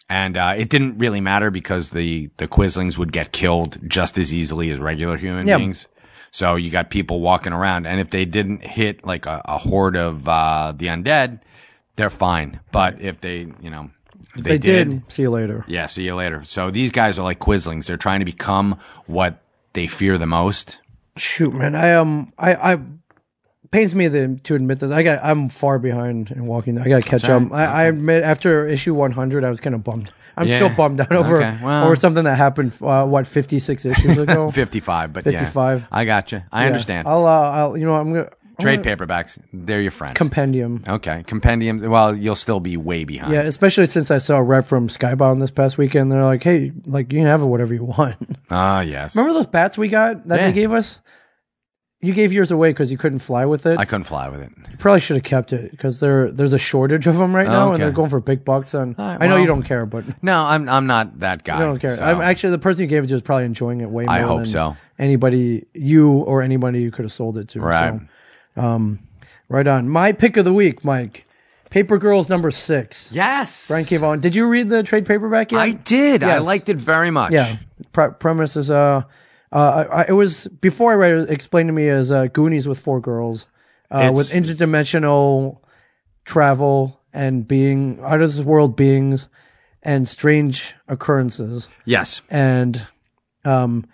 And uh, it didn't really matter because the the Quislings would get killed just as easily as regular human Yeah. beings. So you got people walking around, and if they didn't hit like a, a horde of uh, the undead, they're fine. But if they, you know, if They, did. See you later. yeah, see you later. So these guys are like Quislings. They're trying to become what they fear the most. Shoot, man, I um, I I pains me the, to admit this. I got I'm far behind in walking. I got to catch up. I, I admit after issue 100, I was kind of bummed. I'm Yeah. still bummed out over Okay, well- over something that happened uh, what 56 issues ago. 55, but yeah. 55. I got you. I understand. Yeah. I'll, uh, I'll, you know, I'm gonna I'm Trade paperbacks. They're your friends. gonna compendium. okay. Compendium. Well, you'll still be way behind. Yeah, especially since I saw a rep from Skybound this past weekend. They're like, hey, like you can have it whatever you want. Ah, yes. Remember those bats we got that Yeah. they gave us? You gave yours away because you couldn't fly with it. I couldn't fly with it. you probably should have kept it because there there's a shortage of them right now, okay. and they're going for big bucks. On right, I know you well, don't care, but No, I'm I'm not that guy. I don't care. so- I'm actually the person who gave it to is probably enjoying it way more. I hope than so. Anybody, you or anybody you could have sold it to. Right. So, right on. My pick of the week, Mike. Paper Girls number six. Yes. Frank Yvonne. Did you read the trade paperback yet? I did. I Yes. liked it very much. Yeah. Pre- premise is uh, uh, I, I- it was before I read it. it Explained to me as uh, Goonies with four girls, uh, with It's- interdimensional travel and being out of this world beings and strange occurrences Yes. and um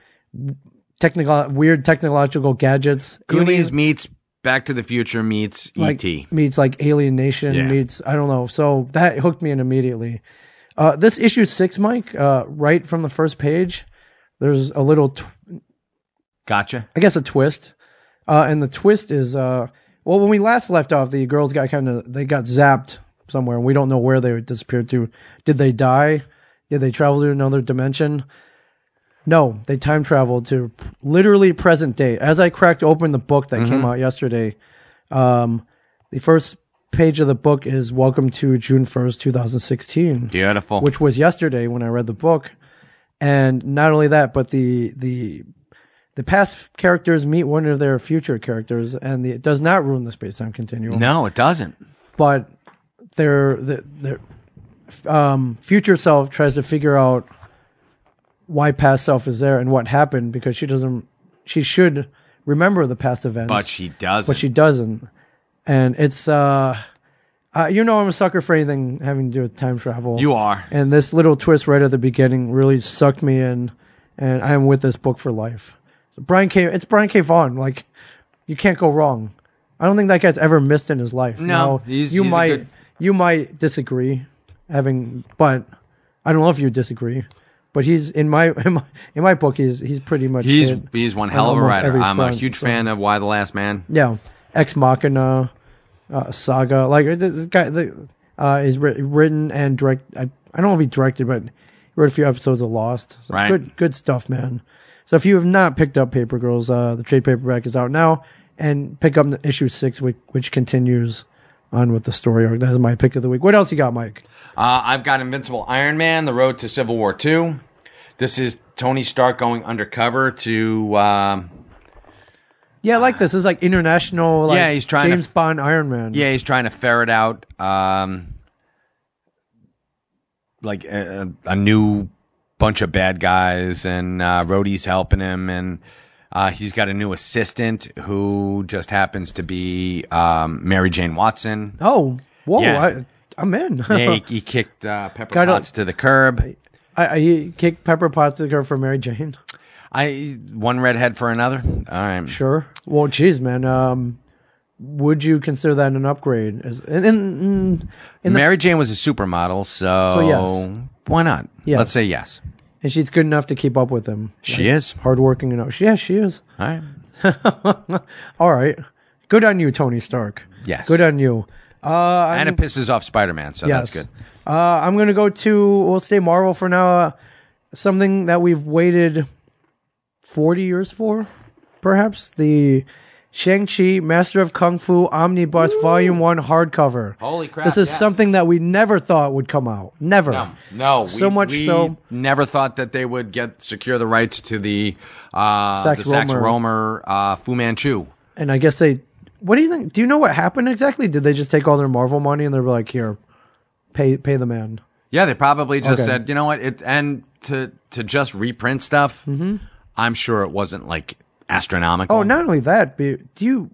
technical weird technological gadgets. Goonies meets Back to the Future meets like, E.T. meets like Alien Nation E Yeah. meets I don't know. So that hooked me in immediately. Uh, this issue six, Mike, uh, right from the first page, there's a little, tw- Gotcha. I guess, a twist, uh, and the twist is, uh, Well, when we last left off, the girls got kind of they got zapped somewhere, and we don't know where they disappeared to. Did they die? Did they travel to another dimension? No, they time traveled to p- literally present day. As I cracked open the book that came out yesterday, um, the first page of the book is "Welcome to June first, two thousand sixteen Beautiful. which was yesterday when I read the book. And not only that, but the the the past characters meet one of their future characters, and the, it does not ruin the space time continuum. no, it doesn't. But their their, their um, future self tries to figure out why past self is there and what happened because she doesn't. She should remember the past events, But she doesn't. but she doesn't. And it's uh, uh, you know, I'm a sucker for anything having to do with time travel. you are. And this little twist right at the beginning really sucked me in, and I'm with this book for life. So Brian K. It's Brian K. Vaughan. Like, you can't go wrong. I don't think that guy's ever missed in his life. No, Now, he's- you he's a might good- you might disagree, having, but I don't know if you disagree. But he's in my in my, in my book. He's he's pretty much He's it he's one on hell of a almost writer. every I'm a front, huge so- fan of Why the Last Man. Yeah, Ex Machina, uh, Saga. Like uh, this guy, the, uh, is writ- written and direct. I, I don't know if he directed, but he wrote a few episodes of Lost. So Right. Good, good stuff, man. So if you have not picked up Paper Girls, uh, the trade paperback is out now, and pick up issue six, which, which continues on with the story arc. That is my pick of the week. What else you got, Mike? Uh, I've got Invincible Iron Man: The Road to Civil War Two. This is Tony Stark going undercover to. Um, Yeah, I like this. It's like international. Like, Yeah, he's trying to James Bond Iron Man. Yeah, he's trying to ferret out um, like a, a new bunch of bad guys, and uh, Rhodey's helping him, and uh, he's got a new assistant who just happens to be um, Mary Jane Watson. Oh, whoa! Yeah. I, I'm in. Yeah, he, he kicked uh, Pepper Got it. Potts to the curb. I, I he kicked Pepper Potts to the curb for Mary Jane. I one redhead for another. All right. Sure. Well, geez, man. Um, would you consider that an upgrade? As in, in, in- in the, Mary Jane was a supermodel, so, So yes. why not? Yes. Let's say yes. and she's good enough to keep up with him. She is. Hardworking enough. Yeah, she is. All right. All right. Good on you, Tony Stark. Yes. Good on you. Uh, and it pisses off Spider Man, so that's yes. good. Uh, I'm gonna go to. We'll stay Marvel for now. Uh, something that we've waited 40 years for, perhaps the Shang Chi Master of Kung Fu Omnibus Volume One hardcover. Holy crap, This is yes. something that we never thought would come out. Never. No, Um, no. So much so- Never thought that they would get secure the rights to the uh, Sax the Sax Rohmer. Romer uh, Fu Manchu. And I guess they. What do you think? Do you know what happened exactly? Did they just take all their Marvel money and they were like, "Here, pay pay the man." Yeah, they probably just Okay. said, you know what, it and to to just reprint stuff. I'm sure it wasn't like astronomical. Mm-hmm. Oh, not only that, but do you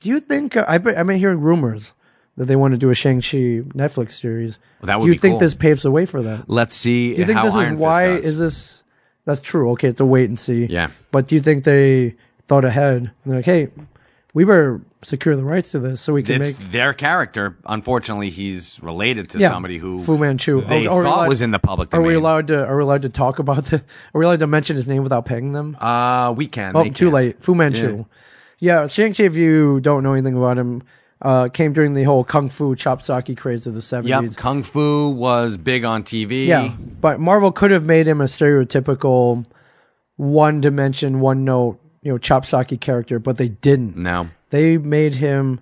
do you think uh, I've been, I've been hearing rumors that they want to do a Shang Chi Netflix series? that would do you be think cool. this paves the way for that? Let's see. Do you think how this Iron is Fist why does. is this? That's true. Okay, it's a wait and see. Yeah. But do you think they thought ahead? And they're like, hey, we better secure the rights to this so we can it's make their character. Unfortunately, he's related to Yeah, somebody who Fu Manchu. they Are- are we thought allowed- was in the public Are domain. we allowed to? Are we allowed to talk about the? Are we allowed to mention his name without paying them? Uh, we can. Oh, they too can't. late. Fu Manchu. Yeah, Shang-Chi, if you don't know anything about him, uh, came during the whole Kung Fu Chop Socky craze of the 70s. Yep, Kung Fu was big on TV. Yeah, but Marvel could have made him a stereotypical one dimension, one note, you know, Chop Socky character, but they didn't. No. They made him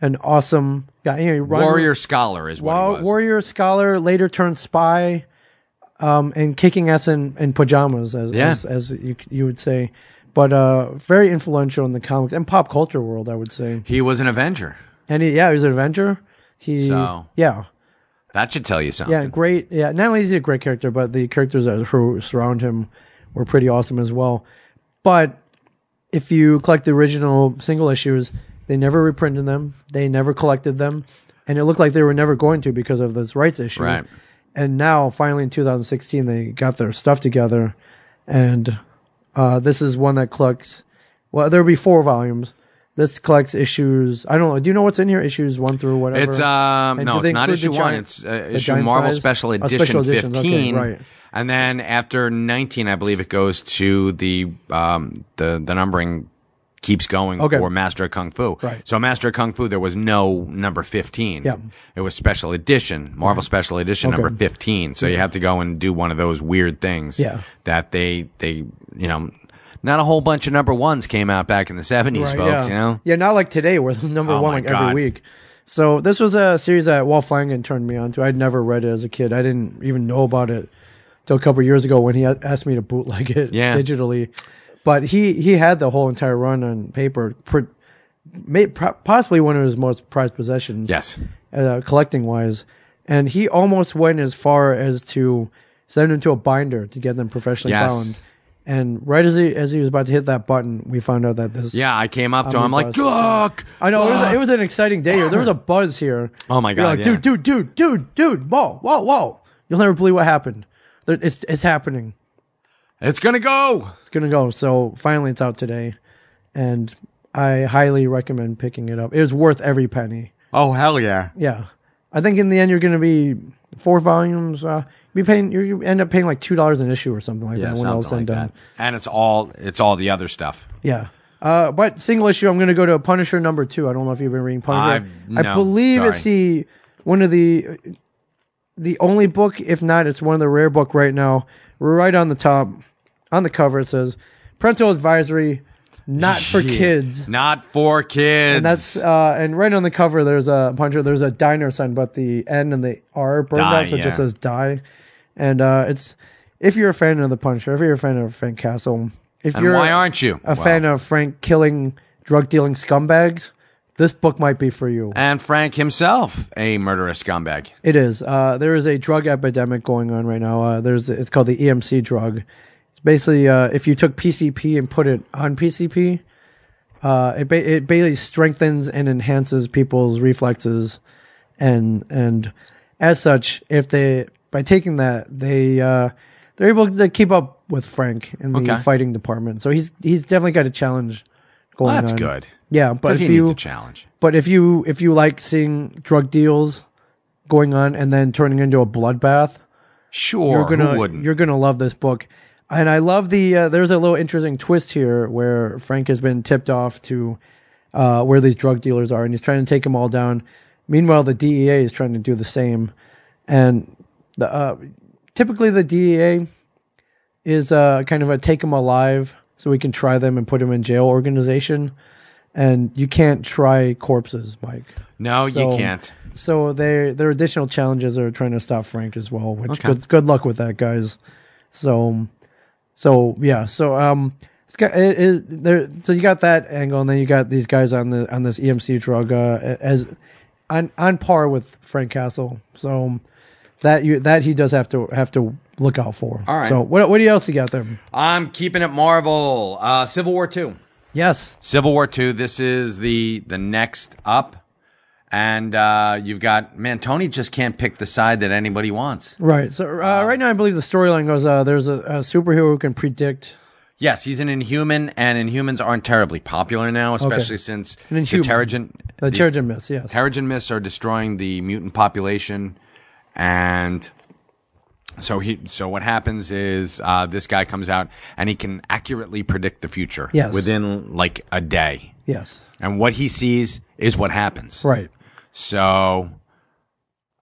an awesome guy. You know, he run- Warrior scholar is what wa- he was. warrior scholar, later turned spy, um, and kicking ass in, in pajamas, as, Yeah. as as you you would say. But uh, very influential in the comics and pop culture world, I would say. he was an Avenger. And he, yeah, he was an Avenger. He, So. yeah, That should tell you something. yeah, great. Yeah, not only is he a great character, but the characters that who surround him were pretty awesome as well. But if you collect the original single issues, they never reprinted them. They never collected them, and it looked like they were never going to because of this rights issue. Right. And now, finally, in 2016, they got their stuff together, and uh, this is one that collects. Well, there'll be four volumes. This collects issues. I don't know. Do you know what's in here? Issues one through whatever. It's um And no, do they it's not include the issue one. giant- It's uh, the issue giant Marvel size? Special Oh, Edition special editions, okay, fifteen, right. and then after nineteen, I believe it goes to the um the the numbering keeps going Okay. for Master of Kung Fu. Right. So Master of Kung Fu, there was no number 15. Yeah. Mm-hmm. It was special edition, Marvel special edition Okay. number 15. So you have to go and do one of those weird things Yeah. that they, they, you know, not a whole bunch of number ones came out back in the 70s, yeah. folks, you know? Yeah, not like today where the number Oh one my like God. every week. So this was a series that Walt Flanagan turned me on to. I'd never read it as a kid. I didn't even know about it till a couple years ago when he a- asked me to bootleg it Yeah. digitally. But he he had the whole entire run on paper, pr- may, pro- possibly one of his most prized possessions Yes. uh, collecting wise, and he almost went as far as to send them to a binder to get them professionally Yes. bound. And right as he as he was about to hit that button, we found out that this. Yeah. I came up to him. I'm like, Gawk! I know it was, it was an exciting day. here. There was a buzz here. Oh We my were Like, God, yeah. Dude, dude, dude, dude, dude! Whoa, whoa, whoa! You'll never believe what happened. There- It's it's happening. It's going to go. It's gonna go. So finally, it's out today, and I highly recommend picking it up. It is worth every penny. Oh, hell yeah. Yeah, I think in the end you're going to be four volumes. Uh, be paying you you end up paying like two dollars an issue or something like Yeah, that when all's said something and like done. that. And it's all, it's all the other stuff. Yeah. Uh, but single issue, I'm going to go to Punisher number two. I don't know if you've been reading Punisher. I've- I no, believe sorry. it's the one of the the only book, if not, it's one of the rare book right now. Right on the top, on the cover, it says parental advisory, not for kids. Not for kids. And that's uh, and right on the cover there's a puncher there's a diner sign, but the N and the R burned Die, out, so it just yeah. says die. And uh, it's if you're a fan of the puncher, if you're a fan of Frank Castle, if and you're why aren't you? a fan of Frank killing drug dealing scumbags, this book might be for you. and Frank himself, a murderous scumbag. It is. Uh, there is a drug epidemic going on right now. Uh, there's it's called the EMC drug. It's basically uh, if you took PCP and put it on PCP, uh, it ba- it basically strengthens and enhances people's reflexes, and and as such, if they by taking that they uh, they're able to keep up with Frank in the Okay. fighting department. So he's he's definitely got a challenge going Well, that's on. good. Yeah, but Because if he you needs a challenge. But if you if you like seeing drug deals going on and then turning into a bloodbath, Sure, you're gonna who wouldn't? you're gonna love this book. And I love the uh, there's a little interesting twist here where Frank has been tipped off to uh, where these drug dealers are, and he's trying to take them all down. Meanwhile, the DEA is trying to do the same, and the uh, typically the DEA is uh, kind of a take them alive so we can try them and put them in jail organization. And you can't try corpses, Mike. no, So- you can't. So there, there are additional challenges that are trying to stop Frank as well. Which Okay. good, good luck with that, guys. So, so yeah, so um, it's got, it, it, there. So you got that angle, and then you got these guys on the on this EMC drug uh, as on on par with Frank Castle. So um, that you that he does have to have to look out for. All right. So what what do you else you got there? I'm keeping it Marvel. Uh, Civil War Two. Yes. Civil War Two. This is the the next up, and uh, you've got man. Tony just can't pick the side that anybody wants. Right. So uh, Um, right now, I believe the storyline goes. Uh, there's a, a superhero who can predict. Yes, he's an Inhuman, and Inhumans aren't terribly popular now, especially since An Inhuman. the Terrigen, The, the- Terrigen Mist, yes. Terrigen myths are destroying the mutant population, and so he. So what happens is uh, this guy comes out and he can accurately predict the future Yes. within like a day, yes. and what he sees is what happens. Right. So,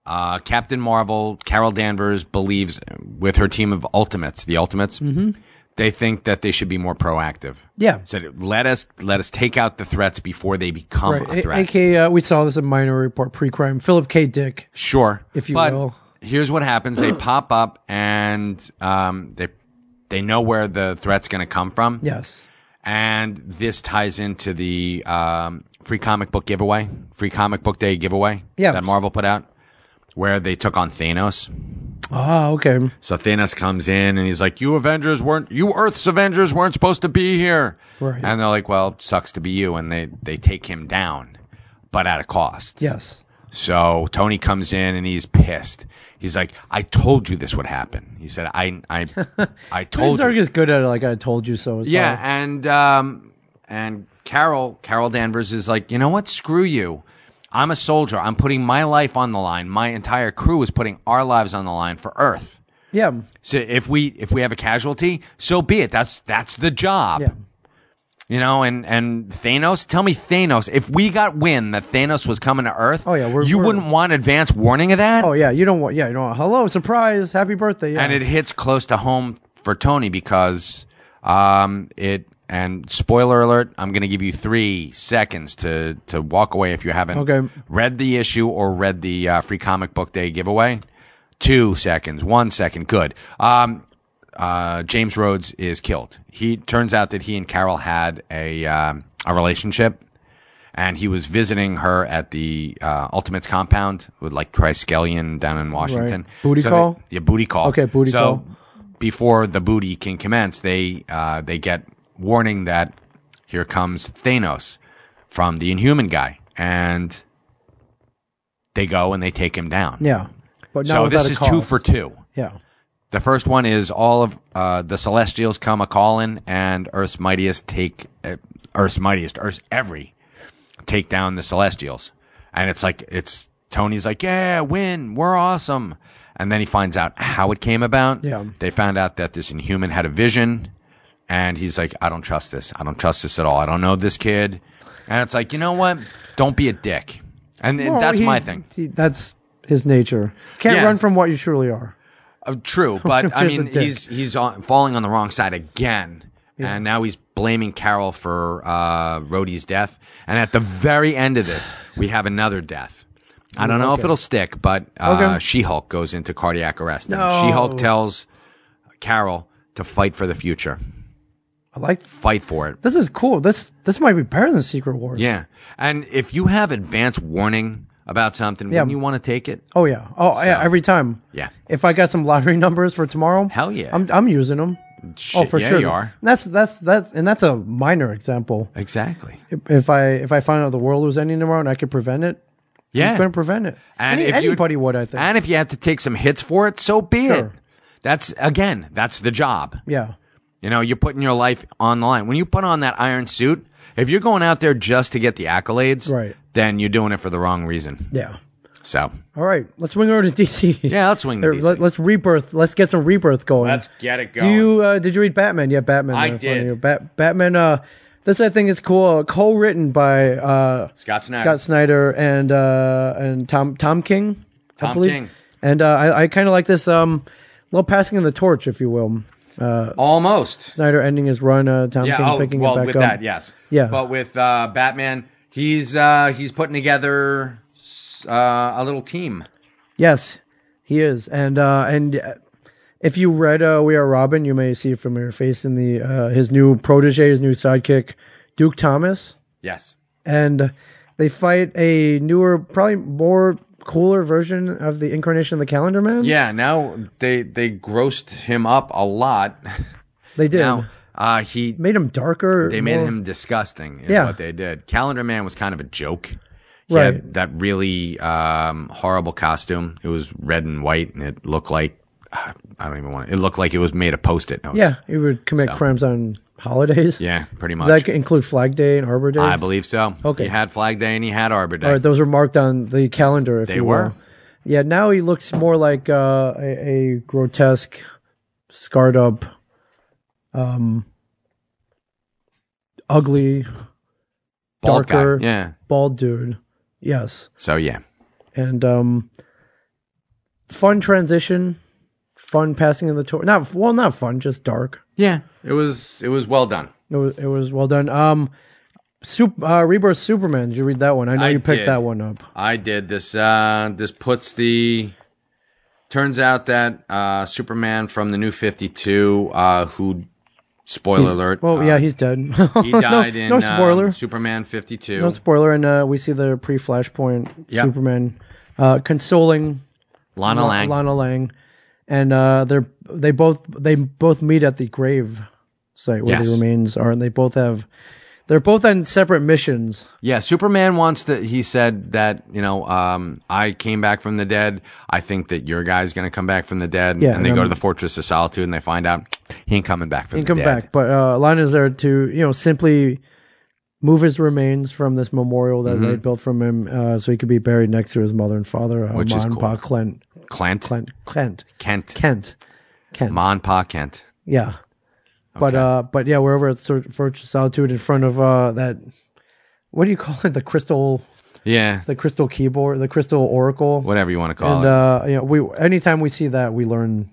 uh, Captain Marvel, Carol Danvers believes with her team of Ultimates, the Ultimates, they think that they should be more proactive. Mm-hmm. Yeah. Said, let us let us take out the threats before they become a Right. A- threat. AKA, uh, we saw this in Minor Report pre-crime. Philip K. Dick. Sure, If you but will. Here's what happens: they pop up, and um, they they know where the threat's going to come from. Yes. and this ties into the um, free comic book giveaway, free comic book day giveaway Yeah. that Marvel put out, where they took on Thanos. Ah, okay. So Thanos comes in and he's like, "You Avengers weren't, you Earth's Avengers weren't supposed to be here," Right. and they're like, "Well, sucks to be you," and they they take him down, but at a cost. Yes. So Tony comes in and he's pissed. He's like, "I told you this would happen." He said, "I I I told you." Stark is good at it, like I told you so. so- Yeah, and um, and Carol Carol Danvers is like, you know what? Screw you. I'm a soldier. I'm putting my life on the line. My entire crew is putting our lives on the line for Earth. Yeah. So if we if we have a casualty, so be it. That's that's the job. Yeah. You know, and and Thanos. Tell me, Thanos. If we got wind that Thanos was coming to Earth, Oh, yeah, we're- you we're- wouldn't want advance warning of that. Oh yeah, you don't want. Yeah, you don't want. Hello, surprise, happy birthday. Yeah. and it hits close to home for Tony because um, it. And spoiler alert, I'm going to give you three seconds to to walk away if you haven't Okay. read the issue or read the uh, free comic book day giveaway. Two seconds, one second, good. Um, uh, James Rhodes is killed. He turns out that he and Carol had a um, a relationship, and he was visiting her at the uh, Ultimates compound with like Triskelion down in Washington. Booty call? they- yeah, booty call. Okay, booty so call. Before the booty can commence, they uh, they get warning that here comes Thanos from the Inhuman guy, and they go and they take him down. yeah, but not So without this a is two cost. for two. Yeah, The first one is all of uh, the Celestials come a calling, and Earth's mightiest take uh, Earth's mightiest Earth's every take down the Celestials, and it's like it's Tony's like yeah win we're awesome, and then he finds out how it came about. Yeah. they found out that this Inhuman had a vision, and he's like I don't trust this I don't trust this at all I don't know this kid, and it's like you know what don't be a dick, and and Well, that's he- my thing. he- that's his nature. Can't Yeah. run from what you truly are. Uh, true, but Just I a mean, dick. he's he's on, falling on the wrong side again, and now he's blaming Carol for uh, Rhodey's death. And at the very end of this, we have another death. I don't know if it'll stick, but uh, Okay. She-Hulk goes into cardiac arrest. and No. She-Hulk tells Carol to fight for the future, I like fight for it. this. Is cool. This this might be better than Secret Wars. Yeah, and if you have advance warning about something, wouldn't you want to take it? Oh yeah. Oh yeah. Every time. Yeah. If I got some lottery numbers for tomorrow, Hell yeah. I'm I'm using them. oh, Shit, for yeah, sure. you are That's that's that's and that's a minor example. exactly. If I if I find out the world was ending tomorrow and I could prevent it, Yeah, I couldn't prevent it. And Any- if you- anybody would, I think. And if you have to take some hits for it, so be it. Sure. That's again, that's the job. yeah. You know, you're putting your life on the line. When you put on that iron suit, if you're going out there just to get the accolades, Right. then you're doing it for the wrong reason. Yeah. So, All right, let's swing over to DC. yeah, let's swing There, these. Let, us rebirth. Let's get some rebirth going. Let's get it Do going. you uh, did you read Batman? Yeah, Batman. I there in front of did. you. Bat, Batman. Uh, this I think is cool. Uh, co-written by uh, Scott Snyder. Scott Snyder and uh, and Tom Tom King. I Tom believe. King. And uh, I, I kind of like this um, little passing of the torch, if you will. Almost. oh, Snyder ending his run. Uh, Tom King picking it back with up. that, yes. Yeah. But with uh, Batman, he's uh, he's putting together s- uh, a little team. Yes, he is. And uh, and uh, if you read uh, We Are Robin, you may see a familiar face in the uh, his new protege, his new sidekick, Duke Thomas, Yes. and they fight a newer, probably more cooler version of the incarnation of the Calendar Man. Yeah, now they they grossed him up a lot. they did. Now, uh, he Made him darker. they made more- him disgusting. Is Yeah. what they did. Calendar Man was kind of a joke. He Right. had that really um, horrible costume. It was red and white, and it looked like uh, I don't even want. to. It looked like it was made of post-it notes. Yeah, he would commit crimes on holidays. yeah, pretty much. That could include Flag Day and Arbor Day. I believe so. Okay. he had Flag Day and he had Arbor Day. Or those were marked on the calendar. If They you were. Will. Yeah, now he looks more like uh, a, a grotesque, scarred up, um, ugly, Bald guy. darker- Yeah. bald dude. Yes, So yeah, and um, fun transition, fun passing in the torch. Not well, not fun, just dark. yeah. It was it was well done. It was, it was well done. Um, Sup- uh, Rebirth Superman. Did you read that one? I know I you picked did. that one up. I did this. Uh, this puts the. Turns out that uh, Superman from the New Fifty Two, uh, who, spoiler alert, Hmm. Well, uh, yeah, he's dead. he died no, in no um, spoiler. Superman Fifty Two. No spoiler, and uh, we see the pre-Flashpoint Yeah. Superman uh, consoling Lana Lang. Lana Lang, and uh, they're they both they both meet at the grave site where the Yes. remains are, and they both have they're both on separate missions. Yeah, Superman wants to. He said that you know, um, I came back from the dead. I think that your guy's going to come back from the dead. Yeah, and they and go to I'm- the Fortress of Solitude, and they find out he ain't coming back from the Come dead. back, but uh, Lana's there to you know simply move his remains from this memorial that Mm-hmm. they built from him, uh, so he could be buried next to his mother and father, uh, Which is Ma and cool. Pa Clint, Clint, Clint, Clint, Kent, Kent, Kent. Mon Pa Kent. Yeah. But Okay. uh, but yeah, we're over at Search for Solitude in front of uh that. What do you call it? The crystal, yeah, the crystal keyboard, the crystal oracle. whatever you want to call and it. uh, you know, we anytime we see that, we learn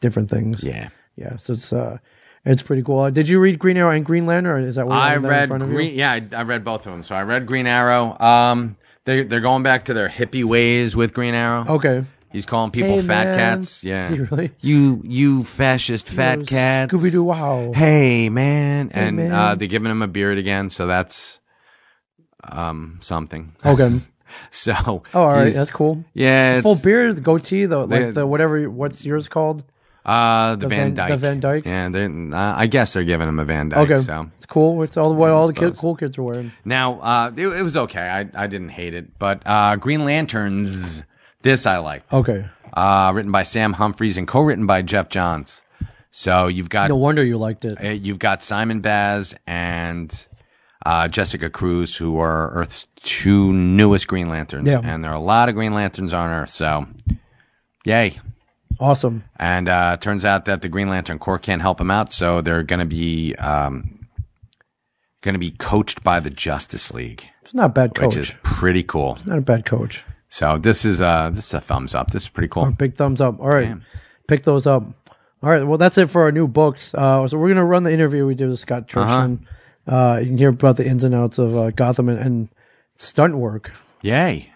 different things. yeah. yeah. So it's uh, it's pretty cool. Uh, did you read Green Arrow and Green Lantern? Or is that what you I have that in read front of you? Green. Yeah, I, I read both of them. So I read Green Arrow. Um, they they're going back to their hippie ways with Green Arrow. Okay. He's calling people Oh, Hey, fat man. cats. Yeah. Is he really? You you fascist fat cats. Scooby Doo. Wow. Hey man. and man. Uh, they're giving him a beard again, so that's um something. Okay. So Oh, all right. he's- That's cool. Yeah, it's, Full beard, goatee, though, like They- the whatever. What's yours called? Uh, the, Van Van- Dyke. the Van Dyke? Yeah, they're, uh, I guess they're giving him a Van Dyke. Okay, So it's cool. It's all what all the kid, suppose. cool kids are wearing. now, uh, it, it was okay. I, I didn't hate it, but uh, Green Lanterns. This I liked. Okay. Uh, written by Sam Humphries and co-written by Jeff Johns. So you've got No wonder you liked it. uh, you've got Simon Baz and uh, Jessica Cruz, who are Earth's two newest Green Lanterns, Yeah. and there are a lot of Green Lanterns on Earth. So, yay! Awesome. And uh, turns out that the Green Lantern Corps can't help him out, so they're going to be um, going to be coached by the Justice League, It's not a bad coach. which is pretty cool. not a bad coach. So this is uh, this is a thumbs up. This is pretty cool. Big thumbs up. All right, pick those up. All right. Well, that's it for our new books. Uh, so we're gonna run the interview we did with Scott Uh-huh. Churchman. uh you can hear about the ins and outs of uh, Gotham and, and stunt work. Yay!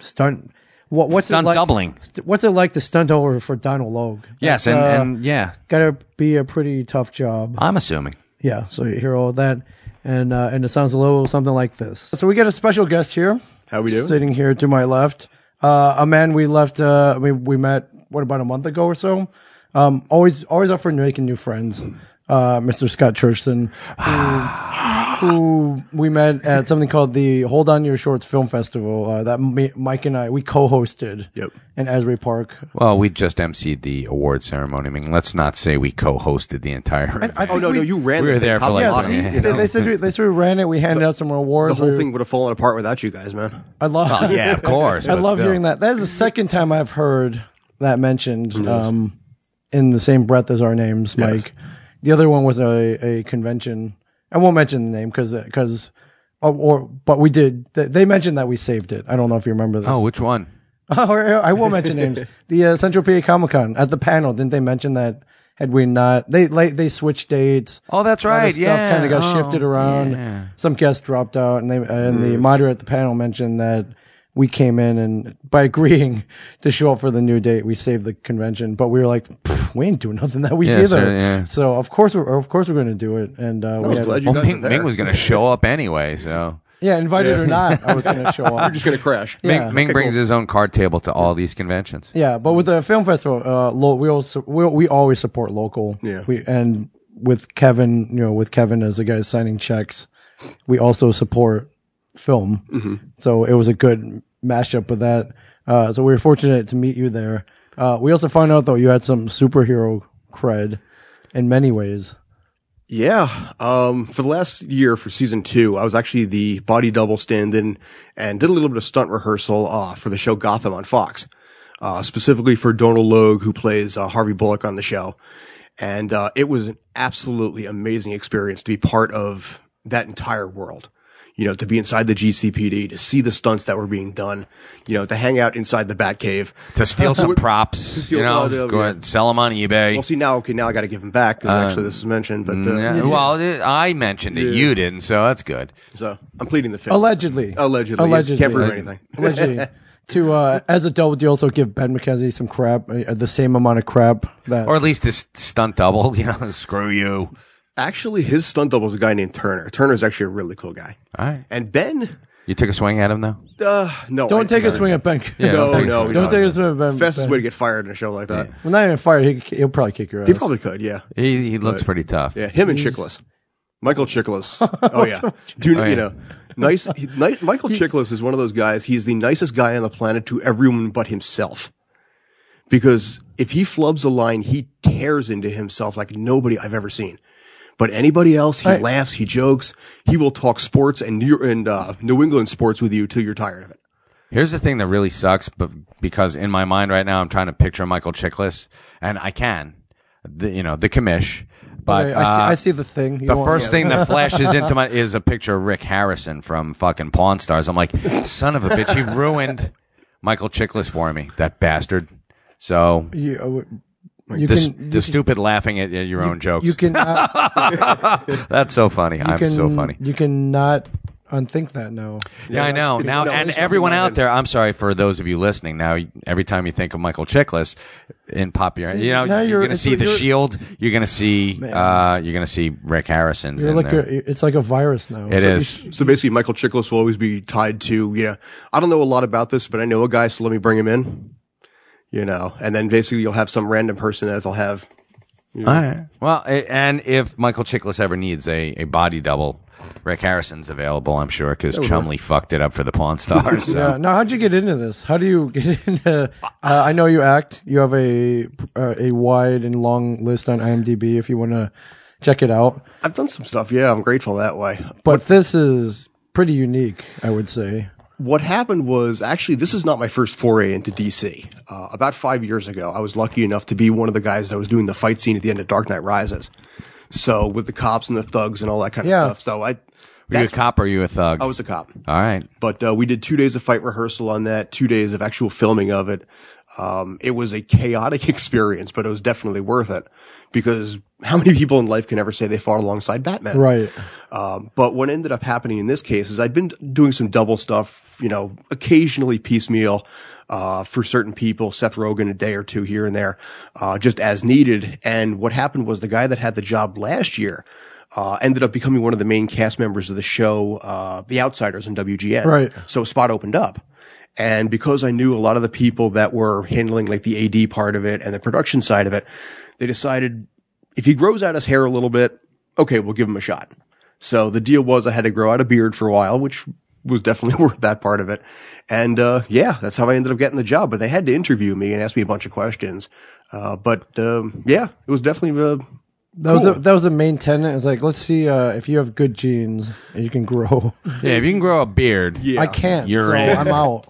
Stunt. What, what's Done it like? doubling. st- What's it like to stunt over for Donald Logue? uh, Yes, and, and yeah, Gotta be a pretty tough job. I'm assuming. Yeah, so you hear all that, and uh, and it sounds a little something like this. So we got a special guest here. How we doing? Sitting here to my left, uh, a man we left. Uh, we we met what about a month ago or so. Um, always always up for making new friends. Uh, Mr. Scott Churchton, who, who we met at something called the Hold On to Your Shorts Film Festival uh, that me, Mike and I we co-hosted. Yep. Oh, In Asbury Park. Well, we just emceed the award ceremony. I mean, let's not say we co-hosted the entire. event. I Oh think no, we- no, you ran. we the were thing, there for, Tom like, Lazzi, yeah. you They, know? they said they sort of ran it. We handed out some the awards. whole We- thing would have fallen apart without you guys, man. I love. yeah, of course. I love hearing that. That is the second time I've heard that mentioned um, in the same breath as our names, Mike. The other one was a, a convention. I won't mention the name because because or, or but we did. They, they mentioned that we saved it. I don't know if you remember this. Oh, which one? Or- I will mention names. The uh, Central PA Comic Con at the panel. Didn't they mention that? Had we not, they like, they switched dates. Oh, that's A lot of right, yeah. kind of got Oh, shifted around. yeah. Mm. Some guests dropped out, and they uh, and the moderator at the panel mentioned that we came in and by agreeing to show up for the new date, we saved the convention. But we were like, "Pff, we ain't doing nothing that week Yeah, either. sure, yeah. So of course, we're, of course, we're going to do it. And uh, I we was had- glad you Well, guys Oh, Ming, were there. Ming was going to show up anyway, so yeah, invited or not, I was going to show up. We're just gonna crash. Yeah. Ming, Ming brings his own card table to all these conventions. Yeah, but with the film festival, uh, lo- we also we, we always support local. Yeah. we and with Kevin, you know, with Kevin as the guy signing checks, we also support film. Mm-hmm. So it was a good mashup with that. Uh, so we were fortunate to meet you there. Uh, we also found out though you had some superhero cred in many ways. Yeah. Um, for the last year for season two, I was actually the body double stand in and did a little bit of stunt rehearsal uh, for the show Gotham on Fox, uh, specifically for Donald Logue, who plays uh, Harvey Bullock on the show. And uh, it was an absolutely amazing experience to be part of that entire world. You know, to be inside the GCPD, to see the stunts that were being done, you know, to hang out inside the Batcave. To steal some props, steal you know, blood, uh, go yeah. ahead, sell them on eBay. Well, see now, okay, now I got to give him back because actually this was mentioned, but uh, Yeah, Well, it- I mentioned it, you didn't, so that's good. so I'm pleading the fifth. Allegedly, Allegedly, yes. allegedly, Can't prove anything. allegedly. To uh, as a double, you also give Ben McKenzie some crap, uh, the same amount of crap that Or at least this stunt double, you know, screw you. Actually, his stunt double is a guy named Turner. Turner's actually a really cool guy. All right. And Ben, You took a swing at him, though? uh, no, Don't I- take a swing at Ben. Yeah, No, don't take a no, swing. Don't no. take a swing at Ben. It's the fastest Ben. way to get fired in a show like that. Well, not even fired. He, he'll probably kick your ass. He probably could, yeah, He, he looks pretty tough. yeah. Him and Chiklis, Michael Chiklis. Oh yeah, do Oh, yeah. you know? Nice, he, ni- Michael Chiklis is one of those guys. He's the nicest guy on the planet to everyone but himself. Because if he flubs a line, he tears into himself like nobody I've ever seen. But anybody else, he laughs, he jokes, he will talk sports and New, and uh, New England sports with you till you're tired of it. Here's the thing that really sucks, but because in my mind right now I'm trying to picture Michael Chiklis, and I can, the, you know, the commish, But Okay, I, see, uh, I see the thing. You the want- first yeah. thing that flashes into my is a picture of Rick Harrison from fucking Pawn Stars. I'm like, son of a bitch, he ruined Michael Chiklis for me, that bastard. So You, uh, w- you the, s- can, the stupid laughing at, at your own jokes. you can, uh, you That's so funny. I'm can so funny. You cannot unthink that now. Yeah, I know. it's- Now, no, and it's not everyone out related. there, I'm sorry for those of you listening. Now, every time you think of Michael Chiklis in pop, you're, you know, now you're, you're- going to it's- see The you're- Shield. You're going to see, uh, you're going to see Rick Harrison's You're in like there. a, it's like a virus now. it is. So basically, Michael Chiklis will always be tied to, yeah, I don't know a lot about this, but I know a guy, so let me bring him in. You know, and then basically you'll have some random person that they'll have. All right. Well, a- and if Michael Chiklis ever needs a, a body double, Rick Harrison's available, I'm sure, because Chumley fucked it up for the Pawn Stars. So. Yeah. uh, Now, how'd you get into this? How do you get into? Uh, I know you act. You have a uh, a wide and long list on IMDb if you want to check it out. I've done some stuff. Yeah, I'm grateful that way. But this is pretty unique, I would say. what happened was actually this is not my first foray into DC. Uh, about five years ago, I was lucky enough to be one of the guys that was doing the fight scene at the end of Dark Knight Rises. So with the cops and the thugs and all that kind of Yeah. stuff. So I, Were you a that's, cop or you a thug? I was a cop. All right. But uh, we did two days of fight rehearsal on that, two days of actual filming of it. Um, it was a chaotic experience, but it was definitely worth it because how many people in life can ever say they fought alongside Batman? Right. Um, but what ended up happening in this case is I'd been doing some double stuff, you know, occasionally piecemeal uh, for certain people, Seth Rogen a day or two here and there, uh, just as needed. And what happened was the guy that had the job last year uh, ended up becoming one of the main cast members of the show, uh, The Outsiders on WGN. Right. So a spot opened up. And because I knew a lot of the people that were handling like the AD part of it and the production side of it, they decided if he grows out his hair a little bit, okay, we'll give him a shot. So the deal was I had to grow out a beard for a while, which was definitely worth that part of it. And uh, yeah, that's how I ended up getting the job. But they had to interview me and ask me a bunch of questions. Uh, but um, yeah, it was definitely uh, That was the, Cool. that was the main tenant. It's like let's see uh, if you have good genes and you can grow. Yeah, if you can grow a beard. I can't. You're so in. I'm out.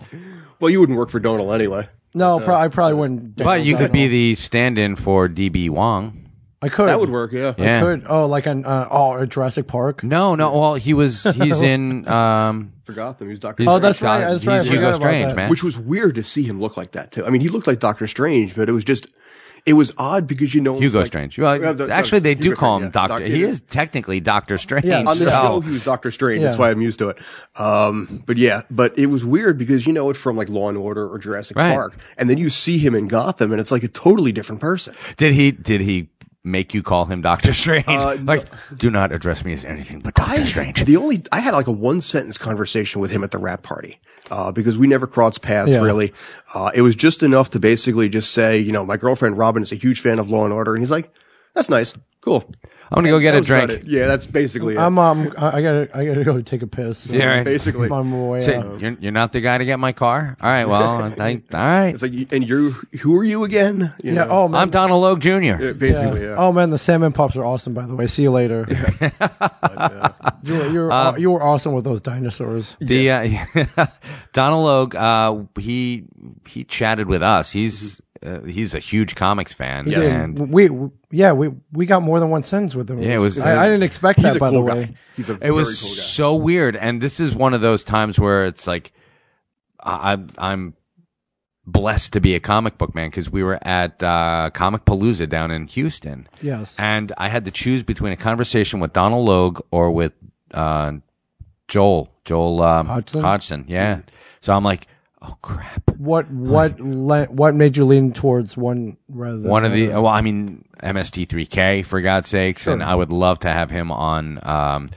well, you wouldn't work for Donald anyway. No, pro- I probably wouldn't. But you could be the stand in for DB Wong. I could. That would work, Mm-hmm. yeah. Yeah. Could. Oh, like on uh, oh at Jurassic Park. No, no. Well, he was, he's in, um, For Gotham, he was Doctor. he's, Oh, that's right, Doc- that's right, I He's Hugo forgot about Strange, that. man. which was weird to see him look like that too. I mean, he looked like Doctor Strange, but it was just it was odd because you know Hugo like, Strange. Well, Yeah, the- actually, they do Hugo call him Strange, yeah. Doctor. Doc- he is technically Doctor Strange. Yeah. On the so- show, he was Doctor Strange. That's Yeah. why I'm used to it. Um, but yeah, but it was weird because you know it from like Law and Order or Jurassic Right. Park, and then you see him in Gotham, and it's like a totally different person. Did he? Did he make you call him Doctor Strange? Uh, like, do not address me as anything but Doctor Strange. The only I had like a one sentence conversation with him at the rap party uh, because we never crossed paths Yeah. really. Uh, it was just enough to basically just say, you know, my girlfriend Robin is a huge fan of Law and Order, and he's like, "That's nice, cool." I'm gonna go get That a was about drink. it. Yeah, that's basically it. I'm um I I gotta I gotta go take a piss. Yeah, right. basically. I'm away. uh, Say, you're, you're not the guy to get my car. All right. Well, I, all right. It's like, and you, who are you again? You Yeah. know, Oh man. I'm Donald Logue Jr. basically. Yeah. Oh man, the salmon pops are awesome. By the way, see you later. uh, you were, you were, Uh, you were awesome with those dinosaurs. The uh, Donald Logue, uh, he he chatted with us. He's uh, he's a huge comics fan. Mm-hmm. Yes. And we, we- yeah we we got more than one sentence with them. Yeah, it was- I, I didn't expect He's that. a By cool the guy. way, He's a it very was cool guy. so weird and this is one of those times where it's like I, I- i'm blessed to be a comic book man because we were at uh, comic palooza down in houston yes. and i had to choose between a conversation with donald logue or with uh, joel joel um, Hodgson? yeah Mm-hmm. so i'm like oh crap What what le- what made you lean towards one rather than one of the other? well i mean mst3k for god's sakes and i would love to have him on um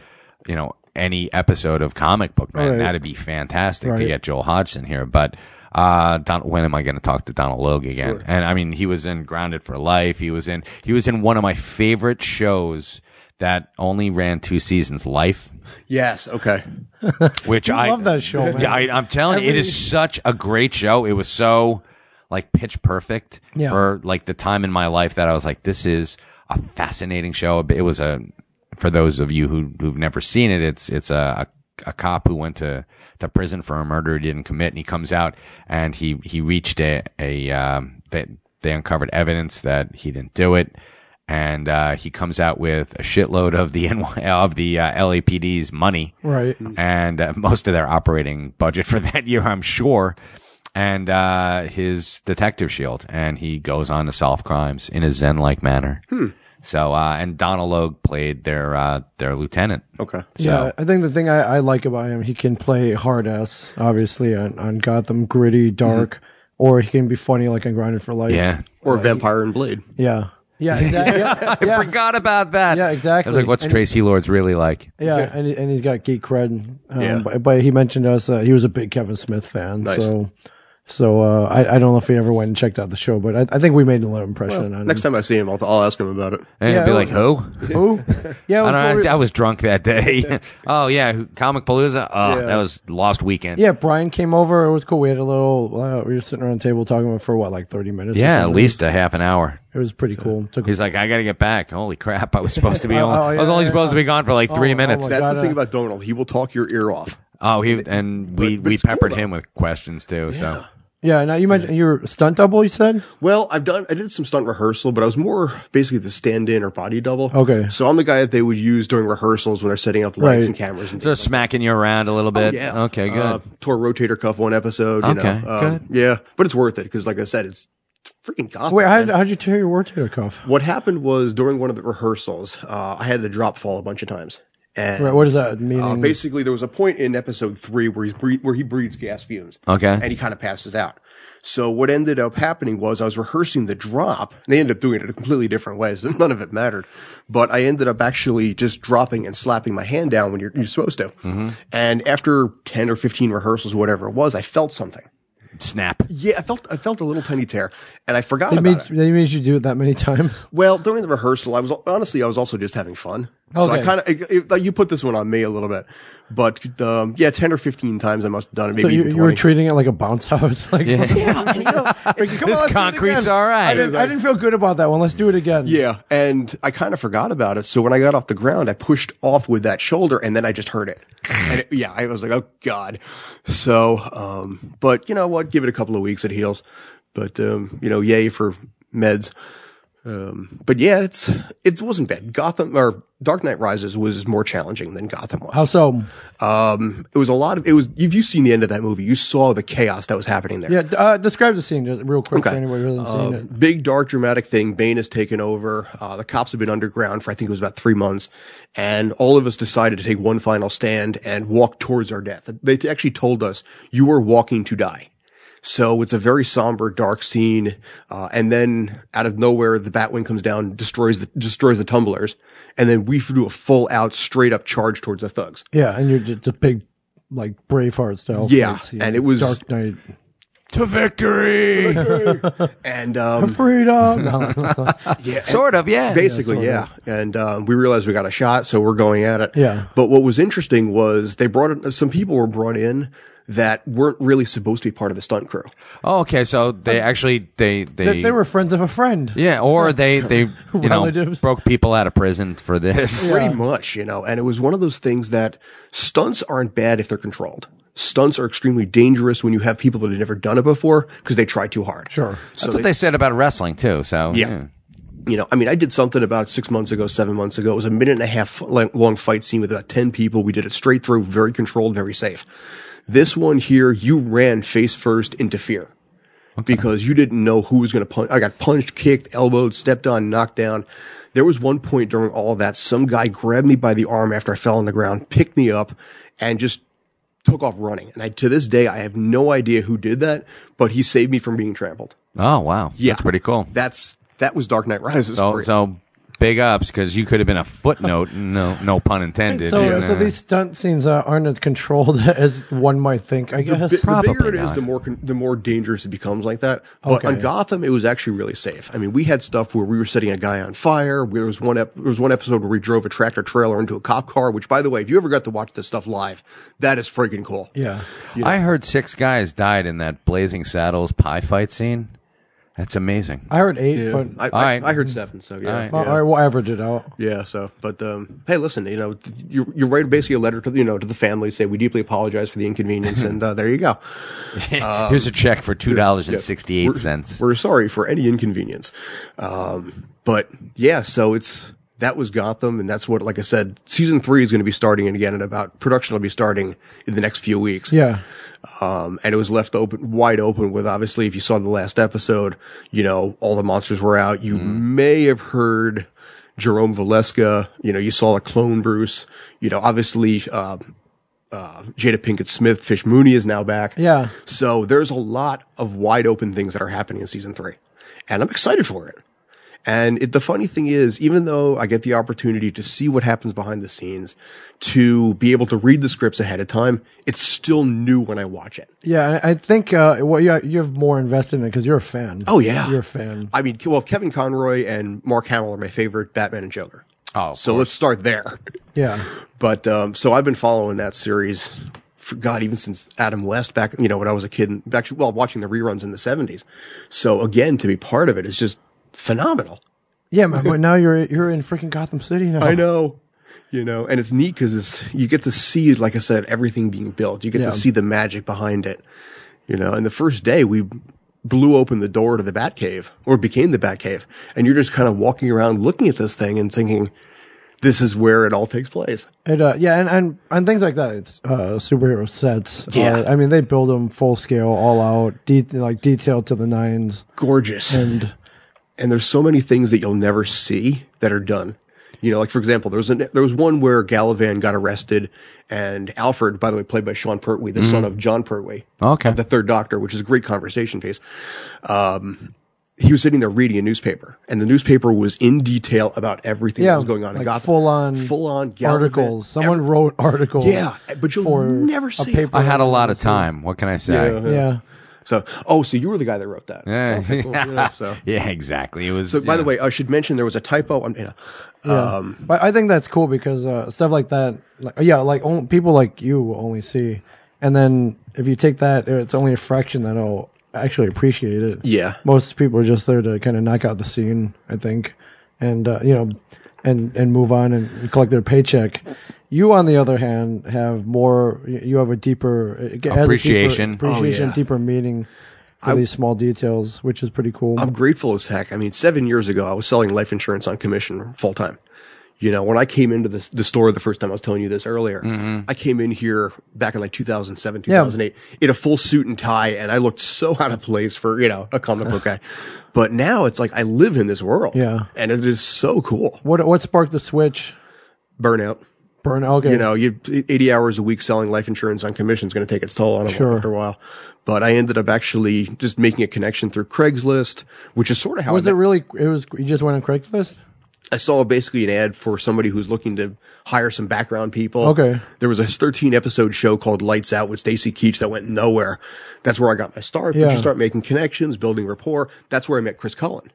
you know any episode of comic book man Right. that'd be fantastic to Right. get joel hodgson here but uh Don, when am i going to talk to donald logue again and i mean he was in grounded for life he was in he was in one of my favorite shows that only ran two seasons life Yes. Okay. which I love that show, man. Yeah, I, I'm telling you, it is such a great show. It was so like pitch perfect Yeah. for like the time in my life that I was like, this is a fascinating show. It was a for those of you who who've never seen it, it's it's a a, a cop who went to to prison for a murder he didn't commit, and he comes out and he he reached a a um, they they uncovered evidence that he didn't do it. and uh, he comes out with a shitload of the NY, of the uh, LAPD's money Right. and uh, most of their operating budget for that year, I'm sure, and uh, his detective shield, and he goes on to solve crimes in a zen-like manner. So, uh, and Donald Logue played their uh, their lieutenant. Okay. Yeah, I think the thing I, I like about him, he can play hard ass, obviously, on, on Gotham, gritty, dark, or he can be funny like on Grounded for Life. Mm-hmm. Yeah, Or Vampire and Blade. Yeah. Yeah, exactly. yeah, I yeah, forgot about that. Yeah, I exactly. was like, what's And- Tracy Lords really like? yeah, and, he- and he's got geek cred. Um, Yeah. but, but he mentioned to us uh, he was a big Kevin Smith fan. Nice. So, so uh, I, I don't know if he ever went and checked out the show, but I, I think we made a little impression on Next time I see him, I'll, I'll ask him about it. And Yeah, be it like, who? him. Who? Yeah, it I was don't Bri- know. I, I was drunk that day. oh yeah, who- Comic Palooza. Oh, that was lost weekend. yeah. Brian came over. It was cool. We had a little. Uh, we were sitting around the table talking about for what, like thirty minutes. or Yeah, at something. least a half an hour. it was pretty cool. Took He's like, I got to get back. Holy crap! I was supposed to be. only, oh, I was yeah, only yeah, supposed to yeah. be gone for like three oh minutes. my Oh, That's gotta- the thing about Donald. He will talk your ear off. he and we but- but we it's cool, peppered though. him with questions too. So Yeah, now you mentioned your stunt double. You said Well, I've done, I did some stunt rehearsal, but I was more basically the stand in or body double. Okay. So I'm the guy that they would use during rehearsals when they're setting up lights Right. and cameras and so things. smacking you around a Oh, little bit. Okay. Good. Uh, tore rotator cuff one episode. You Okay, Know? Um, good. Yeah. But it's worth it because, like I said, it's freaking Gotham. wait, how man. did, how'd you tear your rotator cuff? what happened was during one of the rehearsals, uh, I had to drop fall a bunch of times. And Right, what does that mean? Uh, basically, there was a point in episode three where he's bre- where he breathes gas fumes. Okay. and he kind of passes out. So what ended up happening was I was rehearsing the drop, and they ended up doing it a completely different way, so none of it mattered. But I ended up actually just dropping and slapping my hand down when you're, you're supposed to. Mm-hmm. And after ten or fifteen rehearsals, whatever it was, I felt something. Snap. Yeah, I felt I felt a little tiny tear, and I forgot they about made it. they made you do it that many times. Well, during the rehearsal, I was honestly I was also just having fun. So I Okay. kind of it, it, you put this one on me a little bit, but um, yeah, ten or fifteen times I must have done it. Maybe so you, even you were twenty. treating it like a bounce house. Like, yeah, and, you know, Freaking, "Come This on, let's do it concrete's again." all right. I didn't, I didn't feel good about that one. Let's do it again. yeah, and I kind of forgot about it. So when I got off the ground, I pushed off with that shoulder, and then I just heard it. And it, yeah, I was like, oh god. So, um, but you know what? Give it a couple of weeks, it heals. But um, you know, yay for meds. Um, but yeah, it's it wasn't bad. Gotham or Dark Knight Rises was more challenging than Gotham was. How so? it was a lot of it was if you've seen the end of that movie you saw the chaos that was happening there Yeah. d- Uh, describe the scene just real quick Okay. Uh, for anybody who hasn't seen it. big dark dramatic thing bane has taken over uh, the cops have been underground for i think it was about three months and all of us decided to take one final stand and walk towards our death they t- actually told us you are walking to die so it's a very somber, dark scene, uh, and then out of nowhere, the Batwing comes down, destroys the destroys the tumblers, and then we do a full out, straight up charge towards the thugs. Yeah, and you're just a big, like Braveheart style. Yeah, fight scene. and it was- Dark Knight. To victory. And um, Freedom. No, no, no. sort of. Yeah. basically yeah, and um, we realized we got a shot so we're going at it Yeah. but what was interesting was they brought in some people were brought in that weren't really supposed to be part of the stunt crew Oh, okay. So they actually they they. They, they were friends of a friend. yeah, or they they you know Relatives. broke people out of prison for this. pretty much you know and it was one of those things that stunts aren't bad if they're controlled stunts are extremely dangerous when you have people that have never done it before because they try too hard Sure. so That's what they said about wrestling too. So Yeah. You know, I mean, I did something about six months ago, seven months ago. It was a minute and a half lang- long fight scene with about 10 people. We did it straight through, very controlled, very safe. This one here, you ran face first into fear because you didn't know who was going to punch. I got punched, kicked, elbowed, stepped on, knocked down. There was one point during all that, some guy grabbed me by the arm after I fell on the ground, picked me up, and just took off running. And I, to this day, I have no idea who did that, but he saved me from being trampled. Oh wow. Yeah. That's pretty cool. That's that was Dark Knight Rises. for So, you. so big ups because you could have been a footnote. no, no pun intended. So, Yeah. so these stunt scenes uh, aren't as controlled as one might think. I guess. the, the bigger it Probably is, not. the more con- the more dangerous it becomes like that. But on Okay. Gotham, it was actually really safe. I mean, we had stuff where we were setting a guy on fire. There was one ep- there was one episode where we drove a tractor trailer into a cop car. Which, by the way, if you ever got to watch this stuff live, that is freaking cool. yeah. I heard six guys died in that Blazing Saddles pie fight scene. That's amazing. I heard eight, but I, All I, right. I heard Stefan, so yeah, All right. well, yeah. all right, we'll average it out. Yeah, So, but um, hey, listen, you know, th- you you write basically a letter to the, you know to the family, say we deeply apologize for the inconvenience, and uh, there you go. Um, Here's a check for two dollars and sixty eight We're- cents. We're sorry for any inconvenience. Um, But yeah, so it's that was Gotham, and that's what, like I said, season three is going to be starting again, and about production will be starting in the next few weeks. Yeah. Um, and it was left open, wide open with obviously, if you saw the last episode, you know, all the monsters were out. You may have heard Jerome Valeska, you know, you saw a clone Bruce, you know, obviously, uh, uh, Jada Pinkett Smith, Fish Mooney is now back. Yeah. So there's a lot of wide open things that are happening in season three, and I'm excited for it. And it, the funny thing is, even though I get the opportunity to see what happens behind the scenes, to be able to read the scripts ahead of time, it's still new when I watch it. Yeah, I I think uh, well, you you have more invested in it because you're a fan. Oh, yeah. you're a fan. I mean, well, Kevin Conroy and Mark Hamill are my favorite Batman and Joker. Oh, So let's start there. Yeah, But um, so I've been following that series for God, even since Adam West back, you know, when I was a kid, and back, well, watching the reruns in the 70s. So again, to be part of it is just phenomenal. yeah, man. But now you're you're in freaking Gotham City now. I know. You know, and it's neat because it's you get to see, like I said, everything being built. You get Yeah. to see the magic behind it. You know, and the first day we blew open the door to the Batcave or became the Batcave, and you're just kind of walking around looking at this thing and thinking, "This is where it all takes place." It, uh, yeah, and, and and things like that. It's uh, superhero sets. Yeah. Uh, I mean they build them full scale, all out, de- like detailed to the nines, Gorgeous. and and there's so many things that you'll never see that are done. You know, like for example, there was an, there was one where Gallivan got arrested, and Alfred, by the way, played by Sean Pertwee, the Mm. son of John Pertwee, Okay. the Third Doctor, which is a great conversation piece. Um, he was sitting there reading a newspaper, and the newspaper was in detail about everything yeah, that was going on like in Gotham, full on, full on articles. Someone wrote articles. yeah, but you'll for never a see. it. paper. I had a lot of time. What can I say? Yeah. Yeah, So, oh, so you were the guy that wrote that? Yeah. Okay, cool, you know, oh, so. Yeah, exactly. It was. So, by the yeah. way, I should mention there was a typo. on you know, yeah. but I think that's cool because uh, stuff like that, like yeah, like only, people like you only see, and then if you take that, it's only a fraction that'll actually appreciate it. Yeah. most people are just there to kind of knock out the scene, I think, and uh, you know, and and move on and collect their paycheck. You, on the other hand, have more. You have a deeper it has a deeper Appreciation. appreciation, Oh, yeah. deeper meaning for these small details, which is pretty cool. I'm grateful as heck. I mean, seven years ago, I was selling life insurance on commission full time. You know, when I came into this, the store the first time, I was telling you this earlier. Mm-hmm. I came in here back in like 2007, 2008 in a full suit and tie, and I looked so out of place for, you know, a comic book guy. But now it's like I live in this world. Yeah. And it is so cool. what what sparked the switch? Burnout. Burn. Okay. You know, you 80 hours a week selling life insurance on commission is going to take its toll on a Sure. after a while. But I ended up actually just making a connection through Craigslist, which is sort of how was I it met- really? It was. You just went on Craigslist. I saw basically an ad for somebody who's looking to hire some background people. Okay. There was a 13 episode show called Lights Out with Stacy Keach that went nowhere. That's where I got my start. But Yeah. you start making connections, building rapport. That's where I met Chris Cullen.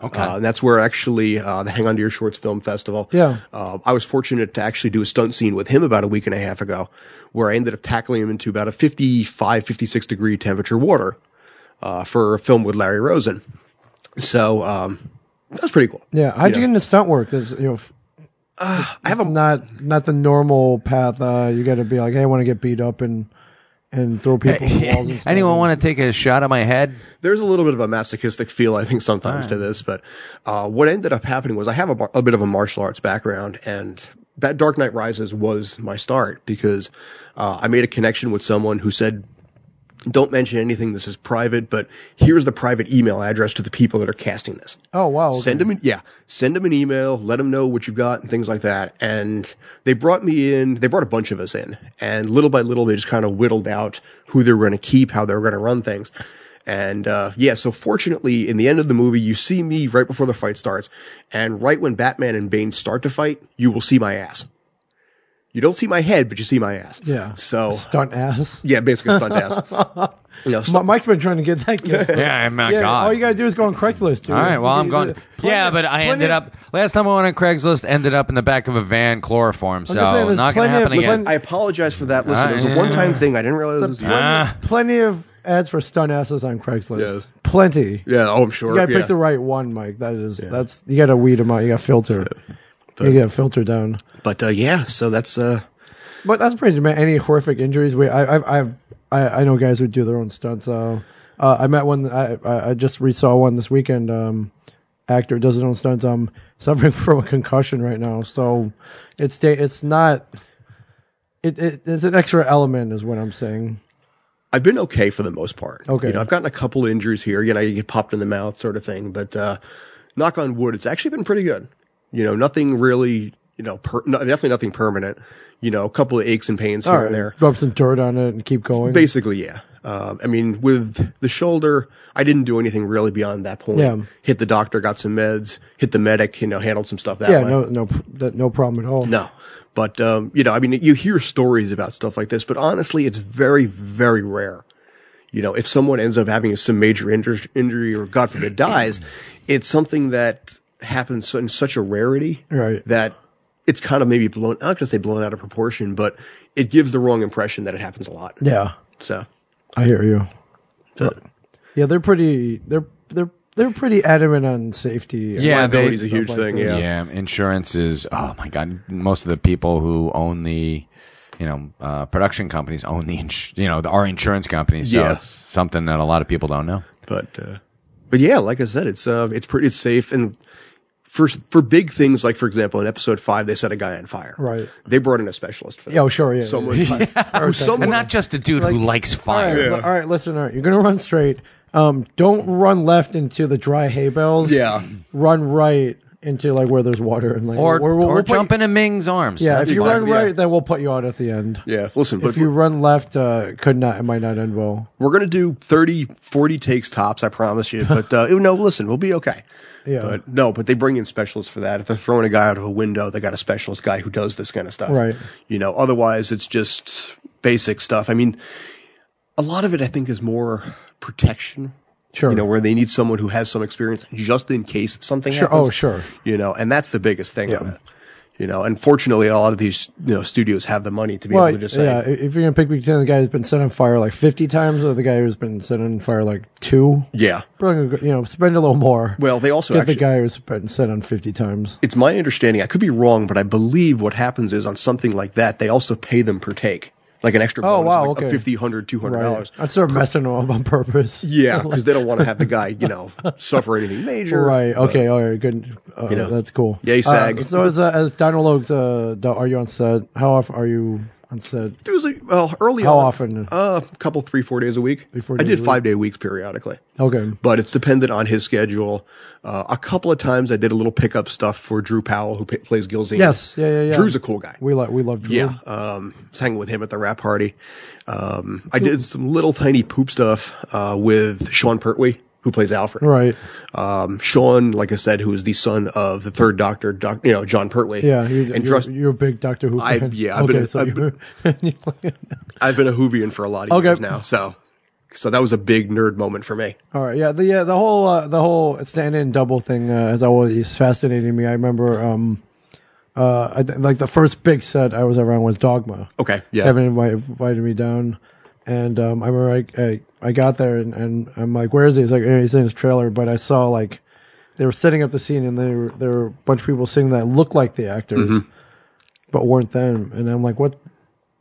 okay. Uh, and that's where actually uh, the Hang On to Your Shorts Film Festival. Yeah. Uh, I was fortunate to actually do a stunt scene with him about a week and a half ago, where I ended up tackling him into about a 55, 56 degree temperature water uh, for a film with Larry Rosen. So um, that was pretty cool. Yeah. How'd you Yeah. Uh, get into stunt work? There's you know. f- I have a not not the normal path. Uh, you got to be like, hey, I want to get beat up and and throw people. Hey, walls and stuff. Anyone want to take a shot at my head? there's a little bit of a masochistic feel, I think, sometimes to this. But uh, what ended up happening was I have a, bar- a bit of a martial arts background, and that Dark Knight Rises was my start because uh, I made a connection with someone who said, "Don't mention anything. This is private, but here's the private email address to the people that are casting this." Oh wow! okay. Send them, an, yeah, send them an email, let them know what you've got and things like that. And they brought me in, they brought a bunch of us in, and little by little, they just kind of whittled out who they were going to keep, how they were going to run things. And uh, yeah, so fortunately, in the end of the movie, you see me right before the fight starts, and right when Batman and Bane start to fight, you will see my ass. You don't see my head, but you see my ass. Yeah. So stunt ass. yeah, basically stunt ass. You know, Mi- Mike's been trying to get that. Kid. Yeah, Oh my Yeah, God. all you gotta do is go on Craigslist. Dude. All right, well, You I'm can- going. plenty Yeah, of- but I plenty ended of- up last time I went on Craigslist, ended up in the back of a van, chloroform. So gonna say, there's not plenty going to of- happen again. listen, I apologize for that. Listen, it was Ah, a yeah. one-time thing. I didn't realize it was you. Ah. plenty of ads for stunt asses on Craigslist. Yes. Plenty. Yeah, oh, I'm sure. You gotta yeah. pick the right one, Mike. That is that's you gotta weed them out. You gotta filter. you gotta filter down. But uh, yeah, so that's uh, But that's pretty much any horrific injuries. We I I've, I've I I know guys who do their own stunts. Uh, uh, I met one. I I I just resaw one this weekend. Um, actor doesn't own stunts. I'm suffering from a concussion right now, so it's da- it's not. It, it it's an extra element, is what I'm saying. I've been okay for the most part. Okay. You know, I've gotten a couple injuries here. You know, you get popped in the mouth, sort of thing. But uh, knock on wood, it's actually been pretty good. You know, nothing really. You know, per- no, definitely nothing permanent. You know, a couple of aches and pains here and there. rub some dirt on it and keep going. Basically, yeah. Um, I mean, with the shoulder, I didn't do anything really beyond that point. Yeah. Hit the doctor, got some meds, hit the medic, you know, handled some stuff that yeah, way. no, no, pr- that, no problem at all. No. But, um, you know, I mean, you hear stories about stuff like this, but honestly, it's very, very rare. You know, if someone ends up having some major injur- injury or, God forbid, dies, it's something that happens in such a rarity Right. that it's kind of maybe blown, I'm not going to say blown out of proportion, but it gives the wrong impression that it happens a lot. Yeah, So, I hear you. but Yeah, they're pretty. They're they're they're pretty adamant on safety. Yeah, they- liability's a huge like thing. this. Yeah. Yeah, insurance is. Oh my god, most of the people who own the, you know, uh, production companies own the, ins- you know, the, our insurance companies. So Yeah. it's something that a lot of people don't know. but uh, but yeah, like I said, it's uh, it's pretty it's safe and for for big things like for example in episode five they set a guy on fire. Right. They brought in a specialist for that. Yeah, oh, sure, yeah. Someone, Or who someone And not just a dude who likes All right, fire. li- all right, listen. All right, you're gonna run straight. Um, don't run left into the dry hay bales. Yeah. run right into like where there's water and like Or, we'll- or, we'll put jump you- into Ming's arms. Yeah, That's if you exactly- run right, yeah. then we'll put you out at the end. Yeah, listen, but If you run left, uh, could not. It might not end well. we're going to do 30, 40 takes tops, I promise you. But uh, no, listen, we'll be okay. Yeah. But no, but they bring in specialists for that. If they're throwing a guy out of a window, they got a specialist guy who does this kind of stuff. Right. You know, otherwise it's just basic stuff. I mean, a lot of it I think is more protection. Sure. You know, where they need someone who has some experience just in case something Sure. happens. Oh, sure. You know, and that's the biggest thing of it. You know, and fortunately, a lot of these you know studios have the money to be Well, able to just say, yeah. i- If you're gonna pick between the guy who's been set on fire like 50 times or the guy who's been set on fire like two, yeah. probably you know spend a little more. Well, they also get actually the guy who's been set on 50 times. it's my understanding. I could be wrong, but I believe what happens is on something like that, they also pay them per take, like an extra. Oh, bonus, wow, like okay. a 50 100 200 Right. dollars. I'd start messing them up on purpose. Yeah, because they don't want to have the guy, you know, suffer anything major. Right. Okay. All right. Good. Uh, know, that's cool. yay, Uh, SAG. so as uh, as Dinologues, uh, do- are you on set? How often are you on set? It was like, well, early How on, often? Uh, a couple, three, four days a week. Three, four I days did a week. five day weeks periodically. Okay. but it's dependent on his schedule. Uh, a couple of times I did a little pickup stuff for Drew Powell, who p- plays Gilzine. Yes. Yeah. Yeah. Yeah. Drew's a cool guy. We like we love Drew. Yeah, um, I was hanging with him at the rap party. Um, I did some little tiny poop stuff uh, with Sean Pertwee, who plays Alfred. Right. Um, Sean, like I said, who is the son of the third Doctor, doc, you know John Pertwee. Yeah. You, and you're, trust, you're a big Doctor Who. I- fan. yeah, I've okay. been a- so I've you- I've been a Hoovian for a lot of Okay. years now, so so that was a big nerd moment for me. all right. Yeah. The yeah, the whole uh, the whole stand in double thing uh, has always fascinated me. I remember. um uh, I, th- like the first big set I was around was Dogma. Okay, yeah, Kevin invited, invited me down, and um, I remember I, I, I got there and, and I'm like, "Where is he?" He's like, "Eh, "He's in his trailer." But I saw like they were setting up the scene, and there were, there were a bunch of people singing that looked like the actors, Mm-hmm. but weren't them. And I'm like, "What?"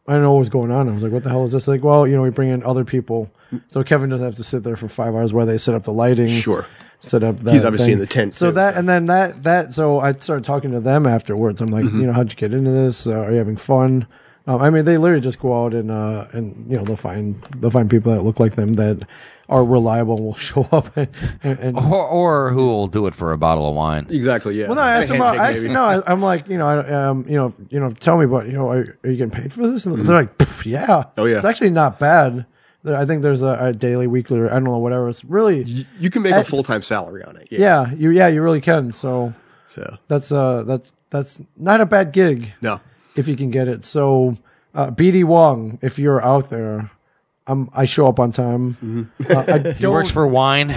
I don't know what was going on. I was like, "What the hell is this?" Like, well, you know, we bring in other people, so Kevin doesn't have to sit there for five hours while they set up the lighting Mm. sure. set up that. He's obviously thing. in the tent, So too, that and then that that so I started talking to them afterwards. I'm like, Mm-hmm. you know, how'd you get into this? Uh, are you having fun? Um, I mean, they literally just go out and uh, and you know they'll find they'll find people that look like them that are reliable and will show up and, and, and Oh, Or, or who will do it for a bottle of wine? Exactly. Yeah. well, no, I asked them about. Handshake, I, maybe. no, I, I'm like, you know, I, um, you know, you know, tell me, but you know, are, are you getting paid for this? And they're like, "Pff, yeah, Mm-hmm. Oh, yeah. it's actually not bad. There- I think there's a, a daily, weekly, or I don't know, whatever. It's really, You- You can make a At- full time salary on it. Yeah. yeah, you, yeah, you really can. So So that's uh that's that's not a bad gig no. if you can get it. So uh, BD Wong, if you're out there, I'm I show up on time. Mm-hmm. Uh, I He don't. works for wine.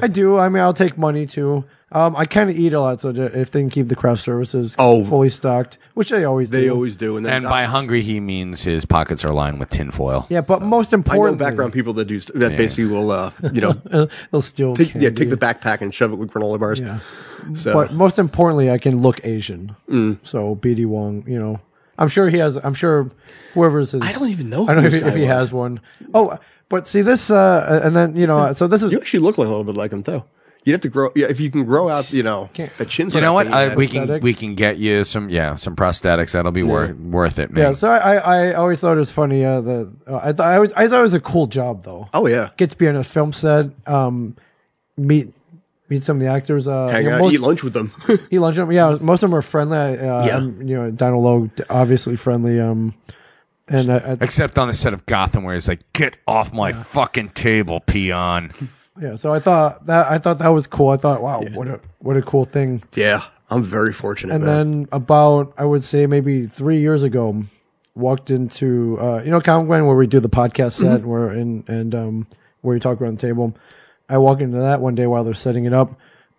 I do. I mean, I'll take money too. Um, I kind of eat a lot, so to- if they can keep the craft services Oh. fully stocked, which they always They do. always do. And, then And by I'm- hungry, he means his pockets are lined with tinfoil. yeah, but most I know important, background people that do st- that basically will uh, you know they'll steal. take, yeah candy. take the backpack and shove it with granola bars. Yeah. So but most importantly, I can look Asian. Mm. So BD Wong, you know, I'm sure he has. I'm sure whoever's his. I don't even know I don't who know if, this he- if guy he was. has one. Oh, but see this, uh, and then you know, so this is you actually look like a little bit like him though. You'd have to grow. Yeah, if you can grow out, you know, the chin's. You know what? I, I, we can Prosthetics? we can get you some yeah some prosthetics. That'll be worth worth it, man. Yeah, so I, I, I always thought it was funny. Uh, the uh, I thought I, always, I thought it was a cool job though. oh yeah, Get to be on a film set, um, meet meet some of the actors. Uh, hang you know, out, most, eat lunch with them. eat lunch. Yeah, most of them are friendly. Uh, Yeah. um, you know, Donald Logue obviously friendly. Um, and uh, I, I, Except on the set of Gotham, where he's like, "Get off my fucking table, peon." yeah, so I thought that I thought that was cool. I thought, wow, what a what a cool thing. yeah, I'm very fortunate. And man. then about I would say maybe three years ago, walked into uh, you know Comic Con where we do the podcast set where in and um, where you talk around the table. I walk into that one day while they're setting it up.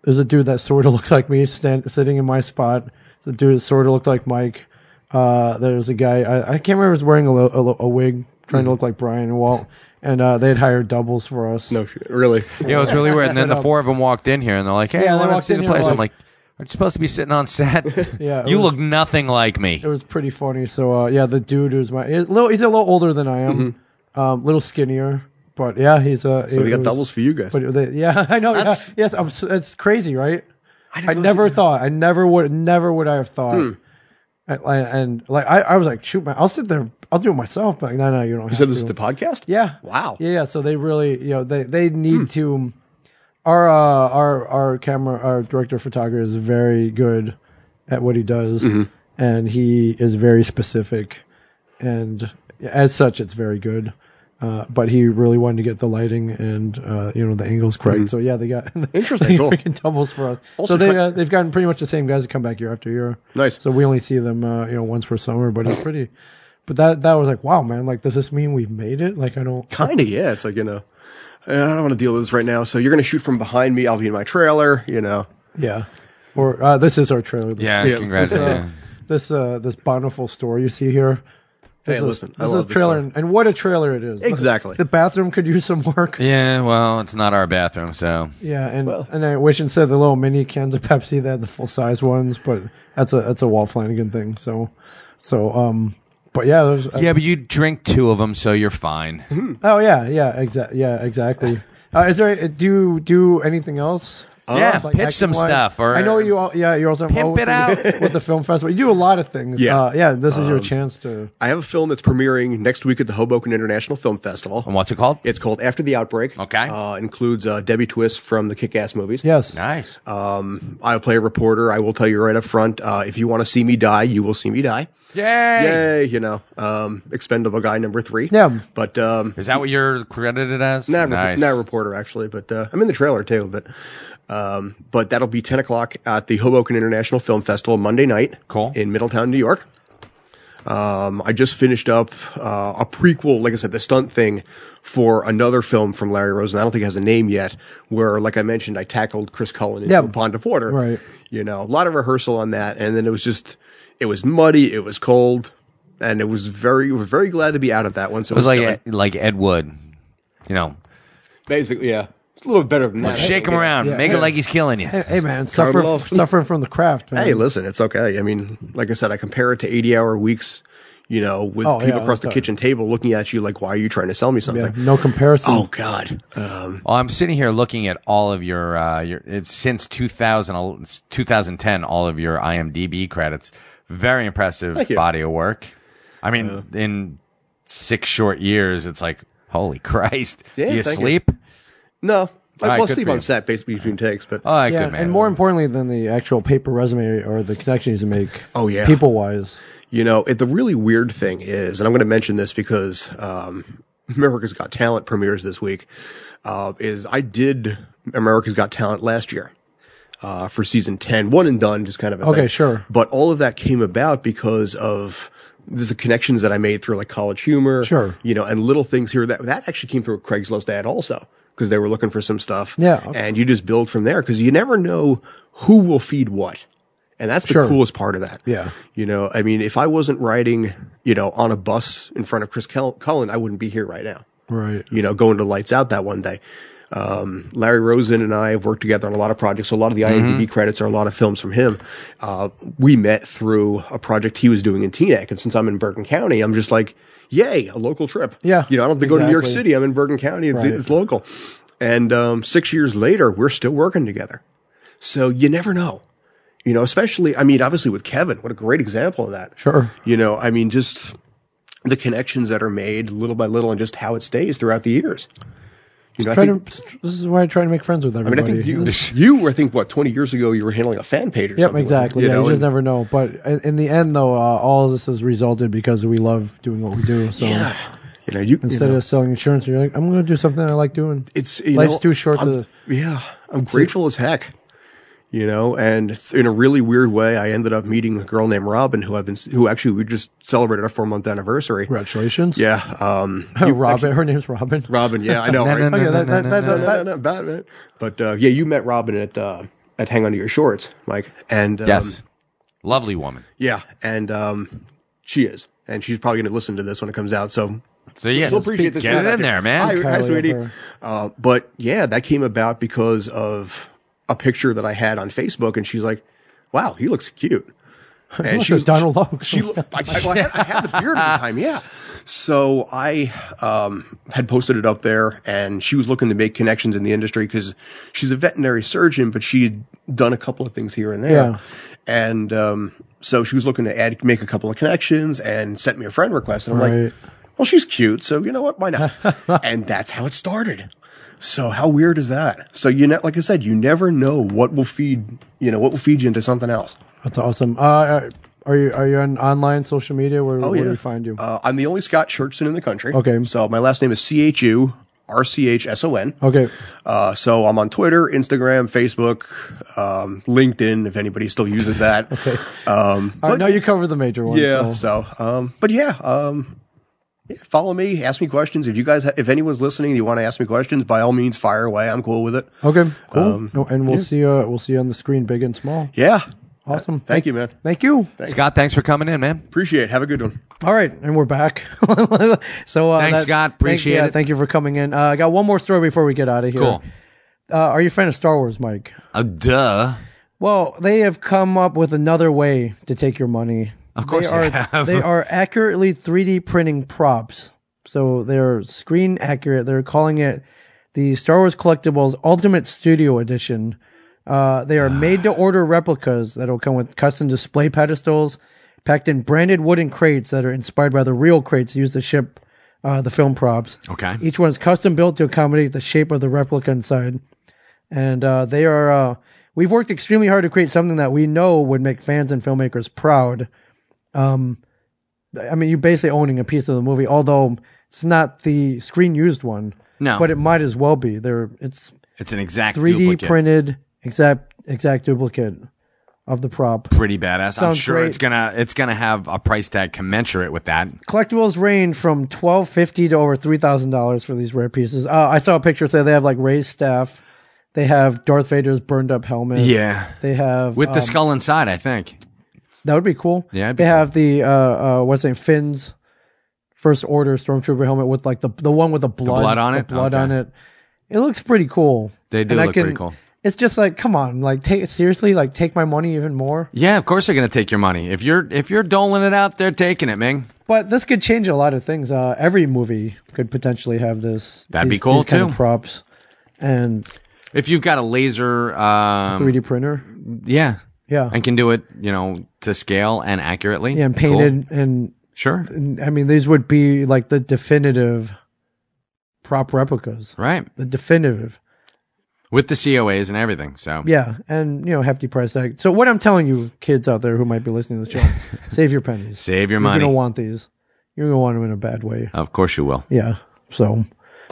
There's a dude that sort of looks like me stand, sitting in my spot. The dude that sort of looked like Mike. Uh, there's a guy I, I can't remember. Was wearing a, lo- a, lo- a wig, trying to look like Brian and Walt. And uh, they'd hired doubles for us. no, shit, really. Yeah, it was really weird. And then the four of them walked in here, and they're like, "Hey, Yeah, I they want to walked see in the here, place." I'm like- like, "Aren't you supposed to be sitting on set? Yeah, it you was- look nothing like me." it was pretty funny. So uh, yeah, the dude who's my he's a little, he's a little older than I am, um, little skinnier, but yeah, he's a. Mm-hmm. So they got doubles for you guys. But they, yeah, I know. yeah. That's- yes, I'm, s- it's crazy, right? I, know never thought. I never would. Never would I have thought. Hmm. I, I- and like I, I was like, shoot, man, I'll sit there. I'll do it myself. But no, no, you don't. you said this is the podcast. yeah. Wow. Hmm. Yeah, yeah. So they really, you know, they they need to. Our uh, our our camera, our director of photography is very good at what he does, Mm-hmm. and he is very specific, and as such, it's very good. Uh, but he really wanted to get the lighting and uh, you know the angles correct. So yeah, they got Mm-hmm. Interesting, they cool. freaking doubles for us. Also so they try- uh, they've gotten pretty much the same guys to come back year after year. Nice. So we only see them, uh, you know, once per summer, but it's pretty. But that that was like, wow, man! Like, does this mean we've made it? Like, I don't. Kind of, yeah. It's like, you know, I don't want to deal with this right now. So you're going to shoot from behind me. I'll be in my trailer, you know. Yeah. Or uh, this is our trailer. This, Yeah, Yeah. congrats. This, yeah. uh, this uh, this bountiful store you see here. This Hey, is, listen, I this love is this trailer, store. and, and what a trailer it is! Exactly. the bathroom could use some work. Yeah, Yeah, well, it's not our bathroom, so and Well- and I wish instead of the little mini cans of Pepsi, they had the full size ones. But that's a that's a Walt Flanagan thing. So, so um, but yeah, there's, yeah, but you drink two of them, so you're fine. oh yeah, yeah, exactly, yeah, exactly. Uh, is there do you do anything else? yeah, Like pitch some acting-wise? stuff, or I know you. All, yeah, you're also Pimp it out. with the film festival. You do a lot of things. Yeah. Um, uh, yeah. This is your chance to. I have a film that's premiering next week at the Hoboken International Film Festival. And what's it called? It's called After the Outbreak. Okay. Uh, includes uh, Debbie Twist from the Kick Ass movies. Yes. nice. Uh, I play a reporter. I will tell you right up front uh, if you want to see me die, you will see me die. Yay! Yay, you know, um, expendable guy number three. Yeah. But um, Is that what you're credited as? not, a rep- nice. not a reporter actually, but uh, I'm in the trailer too. But um, but that'll be 10 o'clock at the Hoboken International Film Festival Monday night. Cool. In Middletown, New York. Um, I just finished up uh, a prequel, like I said, the stunt thing for another film from Larry Rosen. I don't think it has a name yet. Where, like I mentioned, I tackled Chris Cullen into Yeah. a pond of water. Right. You know, a lot of rehearsal on that, and then it was just, it was muddy, it was cold, and it was very, we we're very glad to be out of that one. So It was like done. Ed- like Ed Wood, you know, Basically, yeah. It's a little better than that. shake him around, make yeah. it like he's killing you. Hey, hey, man, suffer, Karloff. suffering from the craft, man. Hey, listen, it's okay. I mean, like I said, I compare it to 80 hour weeks, you know, with Oh, people yeah, across the okay. kitchen table looking at you like, why are you trying to sell me something? yeah, no comparison. Oh, God. Um, Well, Oh, I'm sitting here looking at all of your, uh, your it's since 2000, 2010, all of your IMDb credits. Very impressive you. body of work. I mean, in six short years, it's like, holy Christ. Yeah, Do you thank you. sleep? no. I, All right, will good sleep for on you. set basically between takes, but All right, yeah, Oh, good man. and more importantly than the actual paper resume or the connections you make. Oh, yeah. people wise. you know, it, the really weird thing is, and I'm going to mention this because um, America's Got Talent premieres this week, uh, is I did America's Got Talent last year. uh, for season 10, one and done, just kind of a Okay, thing. sure. But all of that came about because of there's the connections that I made through like college humor, Sure. you know, and little things here that that actually came through a Craigslist ad also because they were looking for some stuff. Yeah, okay. And you just build from there because you never know who will feed what. And that's the Sure. coolest part of that. Yeah. You know, I mean, if I wasn't riding, you know, on a bus in front of Chris Kel- Cullen, I wouldn't be here right now Right. you know, going to lights out that one day. Um, Larry Rosen and I have worked together on a lot of projects. So a lot of the Mm-hmm. IMDb credits are a lot of films from him. Uh, we met through a project he was doing in Teaneck. And since I'm in Bergen County, I'm just like, yay, a local trip. Yeah, You know, I don't have to go to New York exactly. City. I'm in Bergen County. It's, Right. it's local. And um, six years later, we're still working together. So you never know. You know, especially, I mean, obviously with Kevin, what a great example of that. Sure. You know, I mean, just the connections that are made little by little and just how it stays throughout the years. You know, I Try think, to, this is why I try to make friends with I mean, everybody. I think you, you were, I think, what, 20 years ago, you were handling a fan page or Yep, something. like that, exactly. you yeah, know, you just and- never know. But in, in the end, though, uh, all of this has resulted because we love doing what we do. So yeah. You know, you, you instead know, of selling insurance, you're like, I'm going to do something I like doing. it's you Life's know, too short I'm- to- Yeah, I'm grateful as heck. You know, and th- in a really weird way, I ended up meeting a girl named Robin, who I've been, s- who actually we just celebrated our four month anniversary. Congratulations. Yeah, um, Robin. her name's Robin. Robin. Yeah, I know. No, no, right? no, Okay, no, that- no, that- no, that- no, no. that- No, no, bad, man. But uh, yeah, you met Robin at uh, at Hang On to Your Shorts, Mike. And um, Yes. Lovely woman. yeah, and um, she is, and she's probably going to listen to this when it comes out. So So yeah, She'll appreciate this. get it right in after- there, man. Hi, hi Kylie sweetie. over. Uh, but yeah, that came about because of a picture that I had on Facebook, and she's like, "Wow, he looks cute." And Look, there's Donald Logue. She, lo- I, I, well, I, had, I had the beard at the time, yeah. So I um, had posted it up there, and she was looking to make connections in the industry because she's a veterinary surgeon, but she had done a couple of things here and there, Yeah. and um, so she was looking to add, make a couple of connections, and sent me a friend request, and I'm Right. like, well, she's cute, so you know what? Why not? and that's how it started. So how weird is that? So you know, like I said, you never know what will feed you know what will feed you into something else. That's awesome. Uh, are you are you on online social media? Where, where do we find you? Oh, Uh, I'm the only Scott Churchson in the country. Okay. so my last name is C H U R C H S O N. okay. Uh, so I'm on Twitter, Instagram, Facebook, um, LinkedIn. If anybody still uses that. okay. Um, All right, but- now you cover the major ones. yeah. so- So, um, but yeah, um, yeah, follow me, ask me questions. If you guys, ha- if anyone's listening, and you want to ask me questions, by all means, fire away. I'm cool with it. Okay. Cool. um, No, and we'll see. Uh, we'll see you on the screen, big and small. Yeah. Awesome. Thank you, man. Thank you. Scott, thanks for coming in, man. Appreciate it. Have a good one. All right, and we're back. so uh, Thanks, Scott. thank- Appreciate yeah, it. Thank you for coming in. Uh, I got one more story before we get out of here. Cool. Uh, are you a fan of Star Wars, Mike? Uh, duh. Well, they have come up with another way to take your money. Of course they they are. have. they are accurately 3D printing props, so they're screen accurate. They're calling it the Star Wars Collectibles Ultimate Studio Edition. Uh, they are made to order replicas that'll come with custom display pedestals, packed in branded wooden crates that are inspired by the real crates used to ship uh, the film props. Okay. Each one is custom built to accommodate the shape of the replica inside. And uh, they are, uh, we've worked extremely hard to create something that we know would make fans and filmmakers proud. Um, I mean, you're basically owning a piece of the movie, although it's not the screen used one. No. But it might as well be. There, it's It's an exact 3D 3D print. printed exact exact duplicate of the prop. Pretty badass. I'm Sounds sure great. it's gonna it's gonna have a price tag commensurate with that. collectibles range from twelve fifty to over three thousand dollars for these rare pieces. Uh, I saw a picture say they have like Ray's staff, they have Darth Vader's burned up helmet. Yeah. they have With uh, the skull inside, I think. that would be cool. Yeah, it'd be they have the uh, uh, what's it Finn's first order stormtrooper helmet with like the the one with the blood, blood on the it? blood Okay. on it. It looks pretty cool. They do I look pretty cool. It's just like, come on, like take seriously, like take my money even more. Yeah, of course they're gonna take your money. If you're if you're doling it out, they're taking it, Ming. But this could change a lot of things. Uh, every movie could potentially have this. That'd be these- cool, these Kind of too. props and If you've got a laser, um, 3D printer. yeah, Yeah. and can do it, you know, to scale and accurately. Yeah, and Cool. painted and Sure. I mean these would be like the definitive prop replicas. Right. The definitive. With the COAs and everything. So Yeah, and you know hefty price tag. So what I'm telling you kids out there who might be listening to the show, save your pennies. save your You're money. going to want these. You're going to want them in a bad way. Of course you will. Yeah. So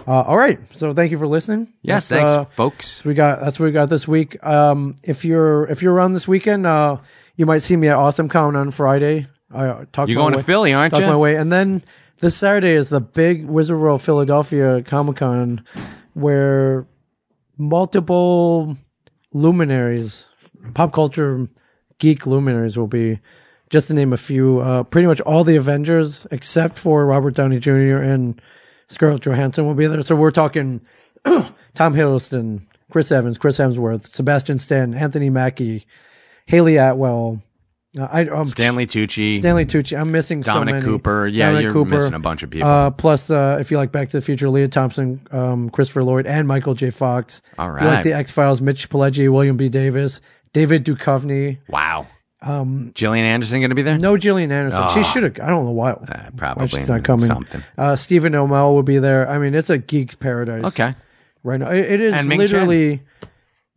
uh, all right. So thank you for listening. Yes, That's, thanks, uh, folks. So we got that's what we got this week. Um, if you're if you're around this weekend, uh, you might see me at Awesome Con on Friday. I uh, talk. You're my going to way- Philly, aren't Talk you? my way, and then this Saturday is the big Wizard World Philadelphia Comic Con, where multiple luminaries, pop culture geek luminaries, will be. Just to name a few, uh, pretty much all the Avengers except for Robert Downey Jr. and Scarlett Johansson will be there. So we're talking Tom Hiddleston, Chris Evans, Chris Hemsworth, Sebastian Stan, Anthony Mackie, Haley Atwell, Uh, I, um, Stanley Tucci, Stanley Tucci. I'm missing so Dominic many. Cooper. Yeah, Dominic you're Cooper. missing a bunch of people. Uh, plus, uh, if you like Back to the Future, Leah Thompson, um, Christopher Lloyd, and Michael J. Fox. All You like right. the X Files, Mitch Pileggi, William B. Davis, David Duchovny. wow. Um, Gillian Anderson going to be there? No Gillian Anderson. She Ah. should have. I don't know why. Uh, probably she's not coming. Something. Uh, Stephen O'Mell will be there. I mean, it's a geeks paradise. Okay. Right now, it, it is And Ming Chen. literally.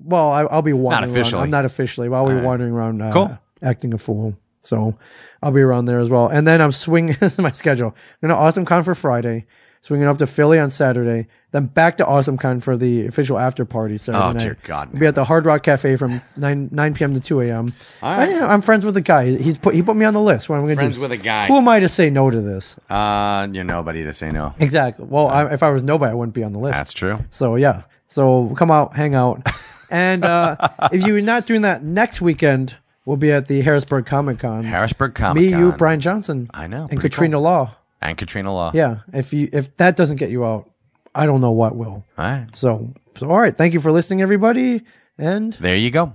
Well, I, I'll be wandering. officially. Around. I'm not officially. But I'll be All right. wandering around. Uh, Cool. Acting a fool. So I'll be around there as well. And then I'm swinging. this is my schedule. I'm going to Awesome Con for Friday. Swinging up to Philly on Saturday, then back to Awesome Con for the official after party Saturday Oh, night. dear God, We'll be at the Hard Rock Cafe from nine nine p.m. to two a.m. All right. I, am friends with the guy. He's put he put me on the list. What am I going to do? Friends with a guy. Who am I to say no to this? Uh, you're nobody to say no. Exactly. Well, I, if I was nobody, I wouldn't be on the list. That's true. So yeah. So come out, hang out, and uh, if you're not doing that next weekend, we'll be at the Harrisburg Comic Con. Harrisburg Comic Me, Con. you, Brian Johnson. I know, And pretty Katrina Law. And Katrina Law. Yeah. If you if that doesn't get you out, I don't know what will. All right. So so all right. Thank you for listening, everybody. And There you go.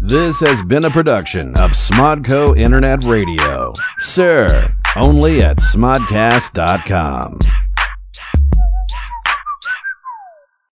This has been a production of Smodco Internet Radio. Sir, only at smodcast.com.